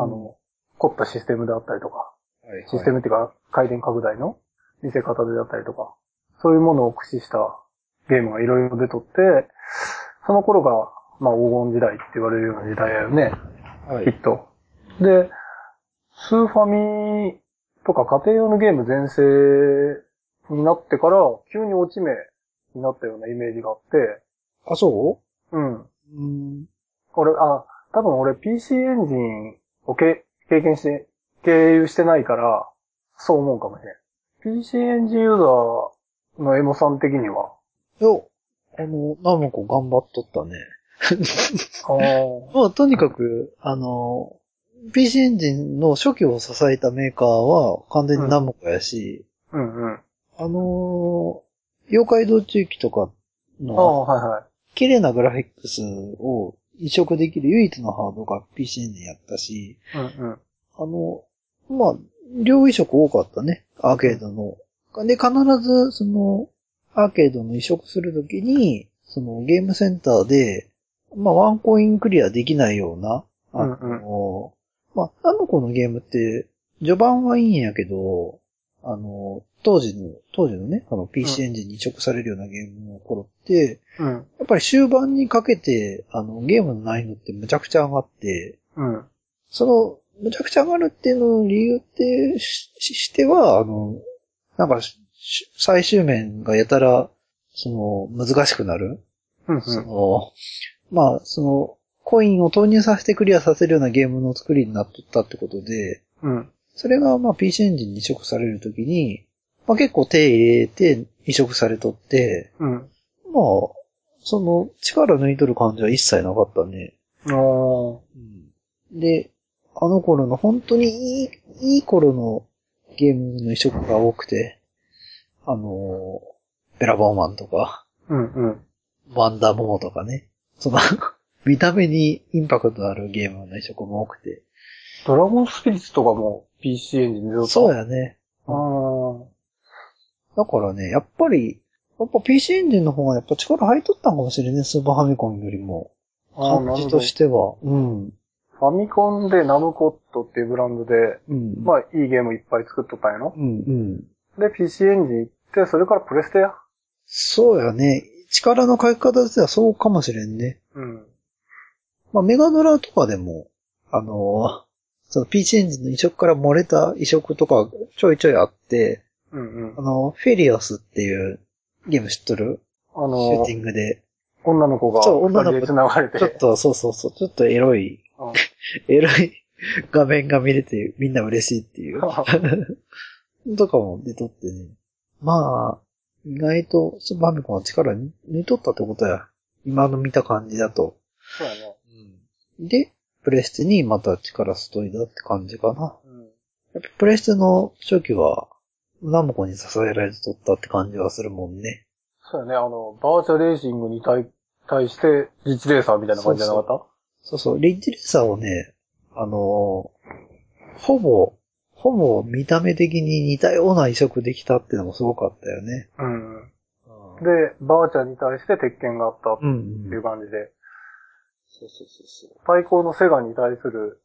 Speaker 2: あの、凝ったシステムであったりとか、
Speaker 1: はい、はい。
Speaker 2: システムっていうか、回転拡大の見せ方であったりとか、そういうものを駆使したゲームがいろいろ出とって、その頃が、まあ黄金時代って言われるような時代だよね、
Speaker 1: はい
Speaker 2: きっ。と。で、スーファミとか家庭用のゲーム全盛になってから、急に落ち目になったようなイメージがあって、
Speaker 1: あ、そ
Speaker 2: うん。
Speaker 1: ううん。
Speaker 2: 俺、あ、多分俺 PC エンジンをけ経験して、経由してないから、そう思うかもしれん。PC エンジンユーザーのエモさん的には、
Speaker 1: よ、あの、ナムコ頑張っとったね。
Speaker 2: ああ、
Speaker 1: まあ、とにかく、あの、PC エンジンの初期を支えたメーカーは完全にナムコやし、
Speaker 2: うんうん。あ
Speaker 1: あのー、妖怪道中記とか
Speaker 2: あ、
Speaker 1: の
Speaker 2: はいはい。
Speaker 1: 綺麗なグラフィックスを移植できる唯一のハードが PC エンジンやったし、
Speaker 2: うんうん。
Speaker 1: あの、まあ、両移植多かったね、アーケードの。で、必ず、その、アーケードの移植するときに、そのゲームセンターで、まあ、ワンコインクリアできないような、あの、まあ、ナムコのゲームって、序盤はいいんやけど、あの、当時の、当時のね、あの、PC エンジンに移植されるようなゲームの頃って、
Speaker 2: うん。
Speaker 1: やっぱり終盤にかけて、あの、ゲームの難易度ってむちゃくちゃ上がって、
Speaker 2: うん。
Speaker 1: その、むちゃくちゃ上がるっていうのの理由ってし、ししては、あの、なんかし、し最終面がやたら、その、難しくなる。
Speaker 2: うん
Speaker 1: そ
Speaker 2: うん。
Speaker 1: の、まあ、その、コインを投入させてクリアさせるようなゲームの作りになっとったってことで、
Speaker 2: うん。
Speaker 1: それがまあ PC エンジンに移植されるときに、まあ結構手入れて移植されとって、
Speaker 2: うん。
Speaker 1: まあ、その、力抜いとる感じは一切なかったね。
Speaker 2: ああ。
Speaker 1: で、あの頃の本当にいい、いい頃のゲームの移植が多くて、あのー、ベラボーマンとか、
Speaker 2: うんうん。
Speaker 1: ワンダーモモとかね。その、 見た目にインパクトあるゲームの移植も多くて。
Speaker 2: ドラゴンスピリッツとかも PC エンジンでど
Speaker 1: そう
Speaker 2: や。
Speaker 1: やね。
Speaker 2: ああ。
Speaker 1: だからね、やっぱり、やっぱ PC エンジンの方がやっぱ力入っとったんかもしれんね、スーパーファミコンよりも。
Speaker 2: ああ、
Speaker 1: 感
Speaker 2: なる
Speaker 1: じ
Speaker 2: ほ
Speaker 1: と
Speaker 2: ど。
Speaker 1: しては。うん。
Speaker 2: ファミコンでナムコットっていうブランドで、
Speaker 1: うん。
Speaker 2: まあいいゲームいっぱい作っとったんやの。
Speaker 1: うん、うん。
Speaker 2: で、PC エンジン行って、それからプレステや。
Speaker 1: そうやね。力の書き方としてはそうかもしれんね。
Speaker 2: うん。
Speaker 1: まあ、メガドラとかでも、あのーその PC エンジンの移植から漏れた移植とかちょいちょいあって、
Speaker 2: うんうん
Speaker 1: あ。の、フェリアスっていうゲーム知っとる
Speaker 2: あ
Speaker 1: シュー
Speaker 2: の
Speaker 1: テ、ィングで。
Speaker 2: 女の子が、
Speaker 1: そう女の子
Speaker 2: 二人で繋がれて。
Speaker 1: ちょっと、そうそうそう、ちょっとエロい、
Speaker 2: うん
Speaker 1: エロい画面が見れてみんな嬉しいっていう。 とかも出とってね。まあ、意外とスーパーファミコンは力抜いとったってことや。今の見た感じだと。
Speaker 2: そうやね。
Speaker 1: で、プレステにまた力注いだって感じかな。
Speaker 2: うん。
Speaker 1: やっぱプレステの初期は、ナムコに支えられて取ったって感じはするもんね。
Speaker 2: そうやね。あの、バーチャルレーシングに対、対して、実レーサーみたいな感じじゃなかった
Speaker 1: そうそう、リッジレーサーをね、あのーほぼ、ほぼ見た目的に似たような移植できたってのもすごかったよね。
Speaker 2: うん。で、バーチャルに対して鉄拳があったっ
Speaker 1: うん、
Speaker 2: て
Speaker 1: う
Speaker 2: い
Speaker 1: ん
Speaker 2: う。感じで、
Speaker 1: そうそうそうそう。
Speaker 2: 対抗のセガに対する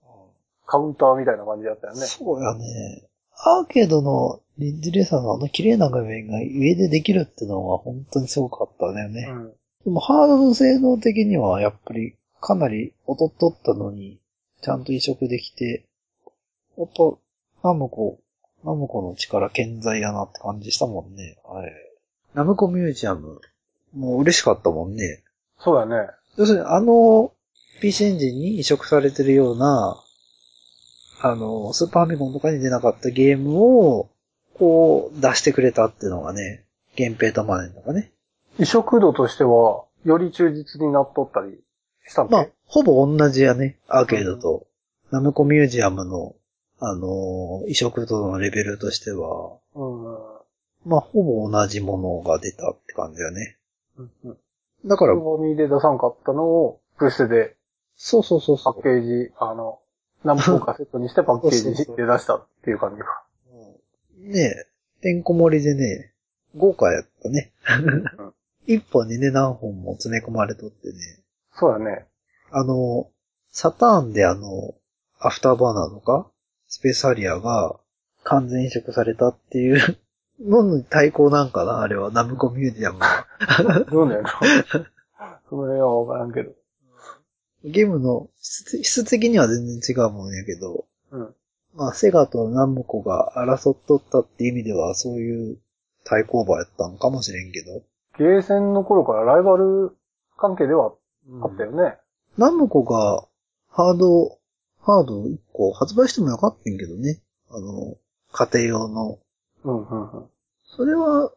Speaker 2: カウンターみたいな感じだったよね。
Speaker 1: そうやね。アーケードのリッジレーサーのあの綺麗な画面が家でできるってのは本当にすごかったんだよね。
Speaker 2: うん。
Speaker 1: でもハードの性能的にはやっぱりかなり劣っとったのに、ちゃんと移植できて、やっぱ、ナムコ、ナムコの力健在やなって感じしたもんね。はい。ナムコミュージアム、もう嬉しかったもんね。
Speaker 2: そうやね。
Speaker 1: 要するにあの、PC エンジンに移植されてるような、あの、スーパーファミコンとかに出なかったゲームを、こう、出してくれたっていうのがね、源平玉ねんとかね。
Speaker 2: 移植度としては、より忠実になっとったりしたんけ、
Speaker 1: まあ、ほぼ同じやね、アーケードと。ナムコミュージアムの、あのー移植とのレベルとしては、
Speaker 2: うん。
Speaker 1: まあ、ほぼ同じものが出たって感じだね。
Speaker 2: うん。うん。
Speaker 1: だから、
Speaker 2: ファミで出さんかったのを、プレステで
Speaker 1: そうそうそう
Speaker 2: パ
Speaker 1: そ
Speaker 2: ッケージ、あの、何本かセットにしてパッケージで出したっていう感じ か。
Speaker 1: う。ねえ、てんこ盛りでね、豪華やったね。
Speaker 2: うん
Speaker 1: 一本にね、何本も詰め込まれとってね。
Speaker 2: そうやね。
Speaker 1: あの、サターンであの、アフターバーナーとか、スペースハリアーが完全移植されたっていうのに対抗なんかな、あれは。ナムコミュージアムが。
Speaker 2: どうなんや ろその辺はわからんけど。
Speaker 1: ゲームの質質的には全然違うもんやけど、
Speaker 2: うん。
Speaker 1: まあ、セガとナムコが争っとったって意味では、そういう対抗馬やったんかもしれんけど、
Speaker 2: ゲーセンの頃からライバル関係ではあったよね。
Speaker 1: ナムコがハード、ハード1個発売してもよかったんけどね。あの、家庭用の。
Speaker 2: うん、うん、うん。
Speaker 1: それは、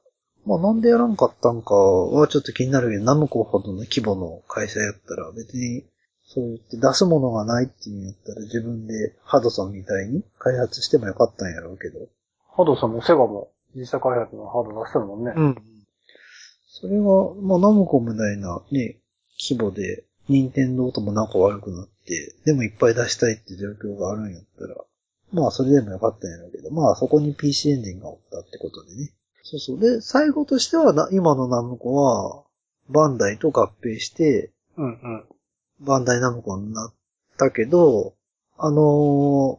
Speaker 1: まあなんでやらんかったんかはちょっと気になるけど、ナムコほどの規模の会社やったら別に、そう言って出すものがないっていうんやったら自分でハドソンみたいに開発してもよかったんやろうけど。
Speaker 2: ハドさんもセガも実社開発のハード出してるもんね。
Speaker 1: ん。それは、まあナムコみたいなね、規模で、任天堂とも仲悪くなって、でもいっぱい出したいって状況があるんやったら、まあそれでもよかったんやろうけど、まあそこに PC エンジンがおったってことでね。そうそう。で、最後としてはな、今のナムコは、バンダイと合併して、
Speaker 2: うん、うん。
Speaker 1: バンダイナムコになったけど、あのー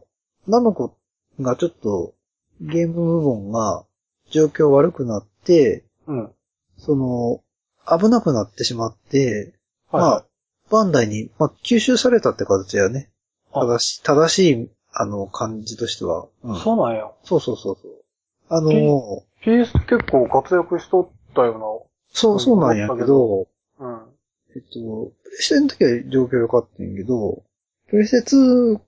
Speaker 1: ナムコがちょっと、ゲーム部門が状況悪くなって、
Speaker 2: うん。はい
Speaker 1: その、危なくなってしまって、まあ、バンダイに、まあ、吸収されたって形だよね。
Speaker 2: あ
Speaker 1: 正しい、正しい、あの、感じとしては。うん
Speaker 2: そうなんや。
Speaker 1: そうそうそうそう。あのー
Speaker 2: え PS 結構活躍しとったよ
Speaker 1: そう、そうなんやけど、
Speaker 2: な。うん。
Speaker 1: えっと、プレステの時は状況良かったんやけど、プレステ2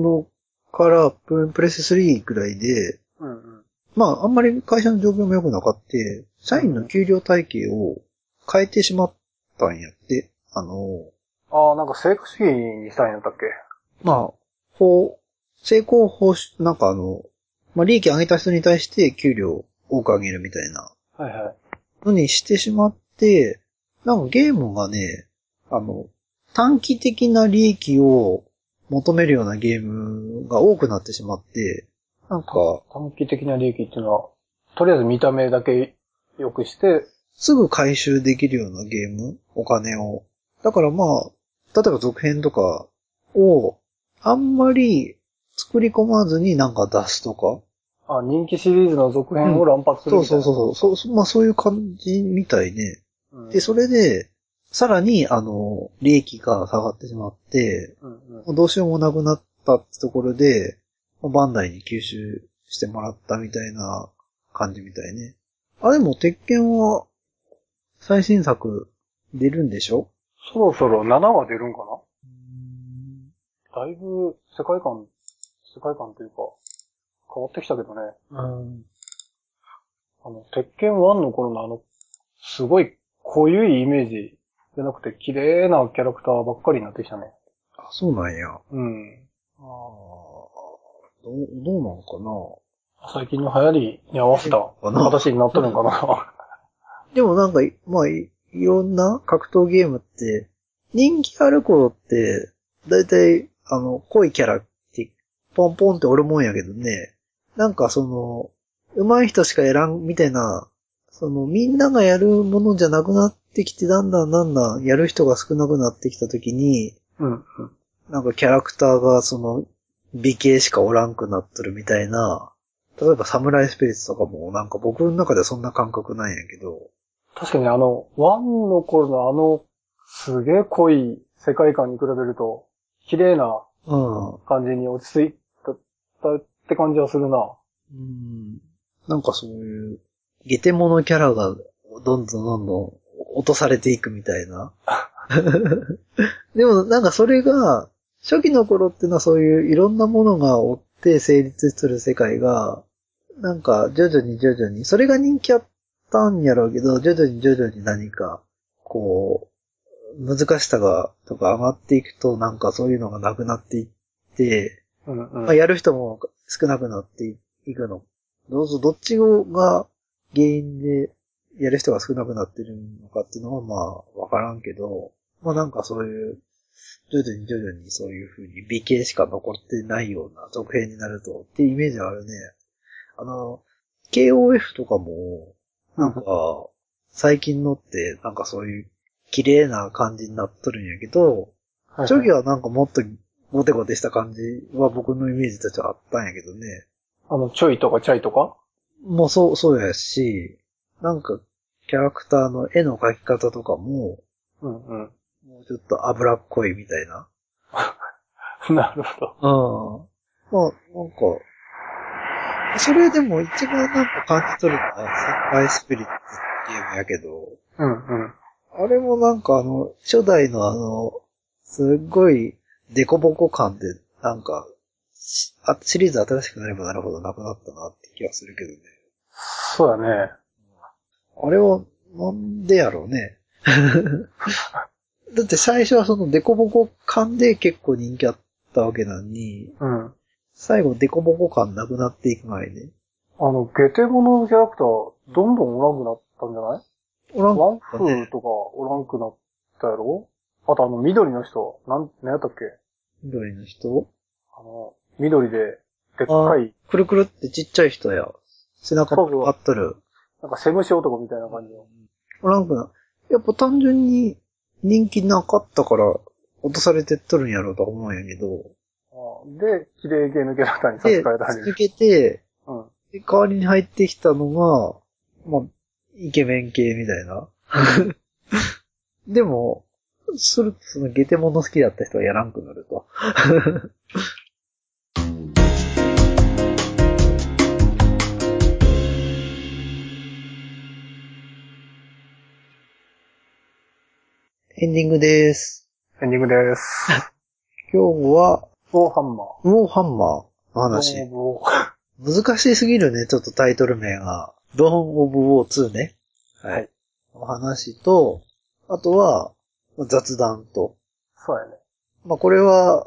Speaker 1: のからププレステ3くらいで、
Speaker 2: うん、うん。
Speaker 1: まあ、あんまり会社の状況も良くなかって、社員の給料体系を変えてしまったんやって、あのー
Speaker 2: ああ、なんか成果主義にしたんやったっけ
Speaker 1: まあ、こう、成功報酬、なんかあの、まあ利益上げた人に対して給料を多く上げるみたいな
Speaker 2: はいはい。
Speaker 1: のにしてしまって、なんかゲームがね、あの、短期的な利益を求めるようなゲームが多くなってしまって、なんか、
Speaker 2: 短期的な利益っていうのは、とりあえず見た目だけ良くして、
Speaker 1: すぐ回収できるようなゲームお金を。だからまあ、例えば続編とかを、あんまり作り込まずになんか出すとか、
Speaker 2: あ、人気シリーズの続編を乱発する
Speaker 1: そう
Speaker 2: みた
Speaker 1: そう
Speaker 2: いな。
Speaker 1: そうそう。そうまあそういう感じみたいね。
Speaker 2: うん
Speaker 1: で、それで、さらに、あの、利益が下がってしまって、
Speaker 2: うんうん
Speaker 1: もうどうしようもなくなったってところで、まあバンダイに吸収してもらったみたいな感じみたいね。あ、でも、鉄拳は、最新作出るんでしょ
Speaker 2: そろそろ7は出るんかなだいぶ世界観、世界観というか、変わってきたけどね。
Speaker 1: うん。
Speaker 2: あの、鉄拳1の頃のあの、すごい濃ゆいイメージじゃなくて、綺麗なキャラクターばっかりになってきたね。
Speaker 1: あ、そうなんや。あ
Speaker 2: うん。
Speaker 1: あ、どう、どうなんかな
Speaker 2: 最近の流行りに合わせた形になっとるんかな。
Speaker 1: でもなんかい、まあい、いろんな格闘ゲームって、人気ある頃って、だいたい、あの、濃いキャラって、ポンポンっておるもんやけどね、なんかその、上手い人しか選ん、みたいな、その、みんながやるものじゃなくなってきて、だんだんだんだんやる人が少なくなってきたときに、
Speaker 2: うん。うん。
Speaker 1: なんかキャラクターがその、美形しかおらんくなっとるみたいな、例えばサムライスペースとかもなんか僕の中ではそんな感覚なんやけど、
Speaker 2: 確かにあの、1の頃のあの、すげえ濃い世界観に比べると、綺麗な
Speaker 1: うん。
Speaker 2: 感じに落ち着いたって感じはするな。
Speaker 1: うんなんかそういう、ゲテモノキャラがどんどんどんどん落とされていくみたいな。 でもなんかそれが、初期の頃っていうのはそういういろんなものが追って成立する世界が、なんか徐々に徐々に、それが人気あったんやろうけど、徐々に徐々に何か、こう、難しさが、とか上がっていくと、なんかそういうのがなくなっていって、
Speaker 2: うんうん。
Speaker 1: まあ、やる人も少なくなっていくの。どうぞ、どっちが原因でやる人が少なくなってるのかっていうのはまあ、わからんけど、まあなんかそういう徐々に徐々にそういう風に美形しか残ってないような続編になると、ってイメージはあるね。あの、KOF とかも、なんか、最近のって、なんかそういう、綺麗な感じになっとるんやけど、
Speaker 2: はい
Speaker 1: チョギはなんかもっとゴテゴテした感じは僕のイメージとしてはあったんやけどね。
Speaker 2: あの、ちょいとかちゃいとか
Speaker 1: もうそう、そうやし、なんか、キャラクターの絵の描き方とかも、
Speaker 2: うんうん。
Speaker 1: もうちょっと脂っこいみたいな。
Speaker 2: なるほど。
Speaker 1: うん。まあ、なんか、それでも一番なんか感じ取るのは、サンバイスピリッツっていうゲームやけど、
Speaker 2: うんうん。
Speaker 1: あれもなんかあの、初代のあの、すっごいデコボコ感で、なんか、しあシリーズ新しくなればなるほどなくなったなって気がするけどね。
Speaker 2: そうだね。
Speaker 1: あれは、なんでやろうね。 だって最初はそのデコボコ感で結構人気あったわけなのに、
Speaker 2: うん。
Speaker 1: 最後デコボコ感なくなっていく前に、
Speaker 2: あの、ゲテモノのキャラクター、どんどんおらんくなったんじゃない
Speaker 1: おらん
Speaker 2: ワン
Speaker 1: か
Speaker 2: フ
Speaker 1: ね
Speaker 2: ー、とかおらんくなったやろあとあの、緑の人、なん、何やったっけ
Speaker 1: 緑の人
Speaker 2: あの、緑で、でっかい、
Speaker 1: くるくるってちっちゃい人や。背中
Speaker 2: そうそう
Speaker 1: パッとる。
Speaker 2: なんかセムシ男みたいな感じの。
Speaker 1: おらんくな。やっぱ単純に人気なかったから落とされてっとるんやろうとは思うんやけど。
Speaker 2: あで、綺麗系のキャラクターに差し
Speaker 1: で、
Speaker 2: 替えられ
Speaker 1: 続
Speaker 2: る。
Speaker 1: けて、
Speaker 2: うん。
Speaker 1: で代わりに入ってきたのが、まあ、イケメン系みたいな。 でも、するとそのゲテモノ好きだった人はやらんくなると。 エンディングです。
Speaker 2: エンディングです。
Speaker 1: 今日は、
Speaker 2: ウォーハンマー。
Speaker 1: ウォーハンマーの話。
Speaker 2: ウォーウォー
Speaker 1: 難しすぎるね、ちょっとタイトル名が。ドーン・オブ・ウォー2ね。は
Speaker 2: はいい。
Speaker 1: お話と、あとは、まあ雑談と。
Speaker 2: そうやね。
Speaker 1: まあ、これは、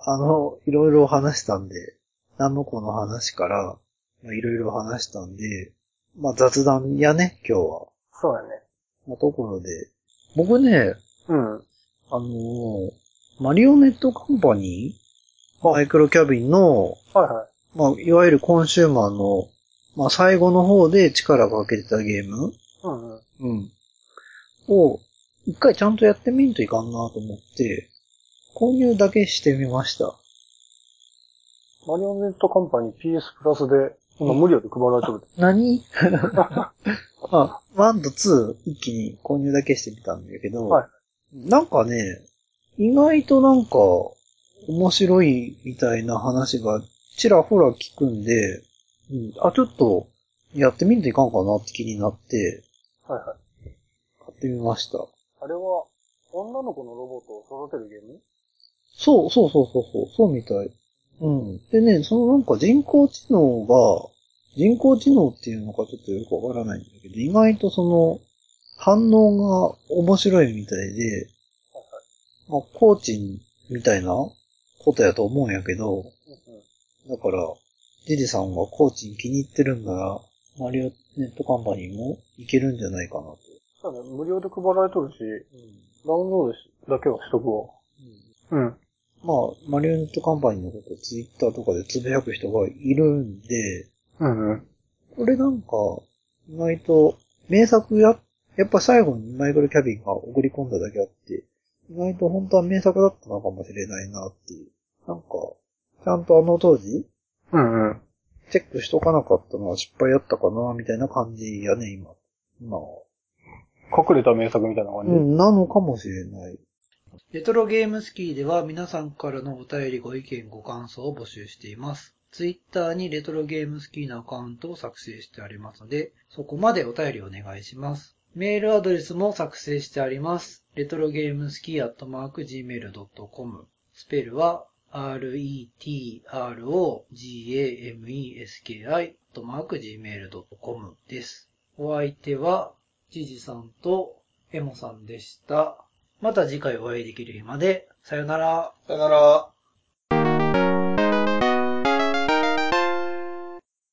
Speaker 1: あの、いろいろ話したんで、ナムコの話から、まあいろいろ話したんで、まあ、雑談やね、今日は。
Speaker 2: そうやね。
Speaker 1: のところで。僕ね、
Speaker 2: うん。
Speaker 1: あのーマリオネットカンパニーマイクロキャビンの
Speaker 2: はいはい。
Speaker 1: まあ、いわゆるコンシューマーの、まあ、最後の方で力がかけてたゲーム
Speaker 2: うんうん。
Speaker 1: うん。を、一回ちゃんとやってみんといかんなと思って、購入だけしてみました。
Speaker 2: マリオネットカンパニー PS プラスで、今無料で配られてる。
Speaker 1: 何 まあ、1と2一気に購入だけしてみたんだけど、
Speaker 2: はい
Speaker 1: なんかね、意外となんか、面白いみたいな話がちらほら聞くんで、うん、あ、ちょっと、やってみんといかんかなって気になって、
Speaker 2: はいはい。
Speaker 1: 買ってみました。
Speaker 2: あれは、女の子のロボットを育てるゲーム
Speaker 1: そう、そうそうそうそう、そうみたい。うん。でね、そのなんか人工知能が、人工知能っていうのかちょっとよくわからないんだけど、意外とその、反応が面白いみたいで、まあ、コーチみたいなことやと思うんやけど、
Speaker 2: うんうん。
Speaker 1: だから、ジジさんがコーチに気に入ってるんなら、マリオネットカンパニーもいけるんじゃないかなと。
Speaker 2: そうだね。無料で配られとるし、ダウンロードしだけはしとくわ。
Speaker 1: うん
Speaker 2: うん。
Speaker 1: まあ、マリオネットカンパニーのことをツイッターとかでつぶやく人がいるんで、
Speaker 2: うんうん。
Speaker 1: これなんか、意外と、名作や、やっぱ最後にマイクル・キャビンが送り込んだだけあって、意外と本当は名作だったのかもしれないなっていう。なんか、ちゃんとあの当時、
Speaker 2: うんうん。
Speaker 1: チェックしとかなかったのは失敗やったかな、みたいな感じやね、今。今は。
Speaker 2: 隠れた名作みたいな感
Speaker 1: う
Speaker 2: じ。
Speaker 1: ん、なのかもしれない。レトロゲームスキーでは皆さんからのお便り、ご意見、ご感想を募集しています。ツイッターにレトロゲームスキーのアカウントを作成してありますので、そこまでお便りお願いします。メールアドレスも作成してあります。レトロゲームスキーアットマーク Gmail.com スペルは retrogameski アットマーク Gmail.com です。お相手は、ジジさんとエモさんでした。また次回お会いできる日まで、さよなら。
Speaker 2: さよなら。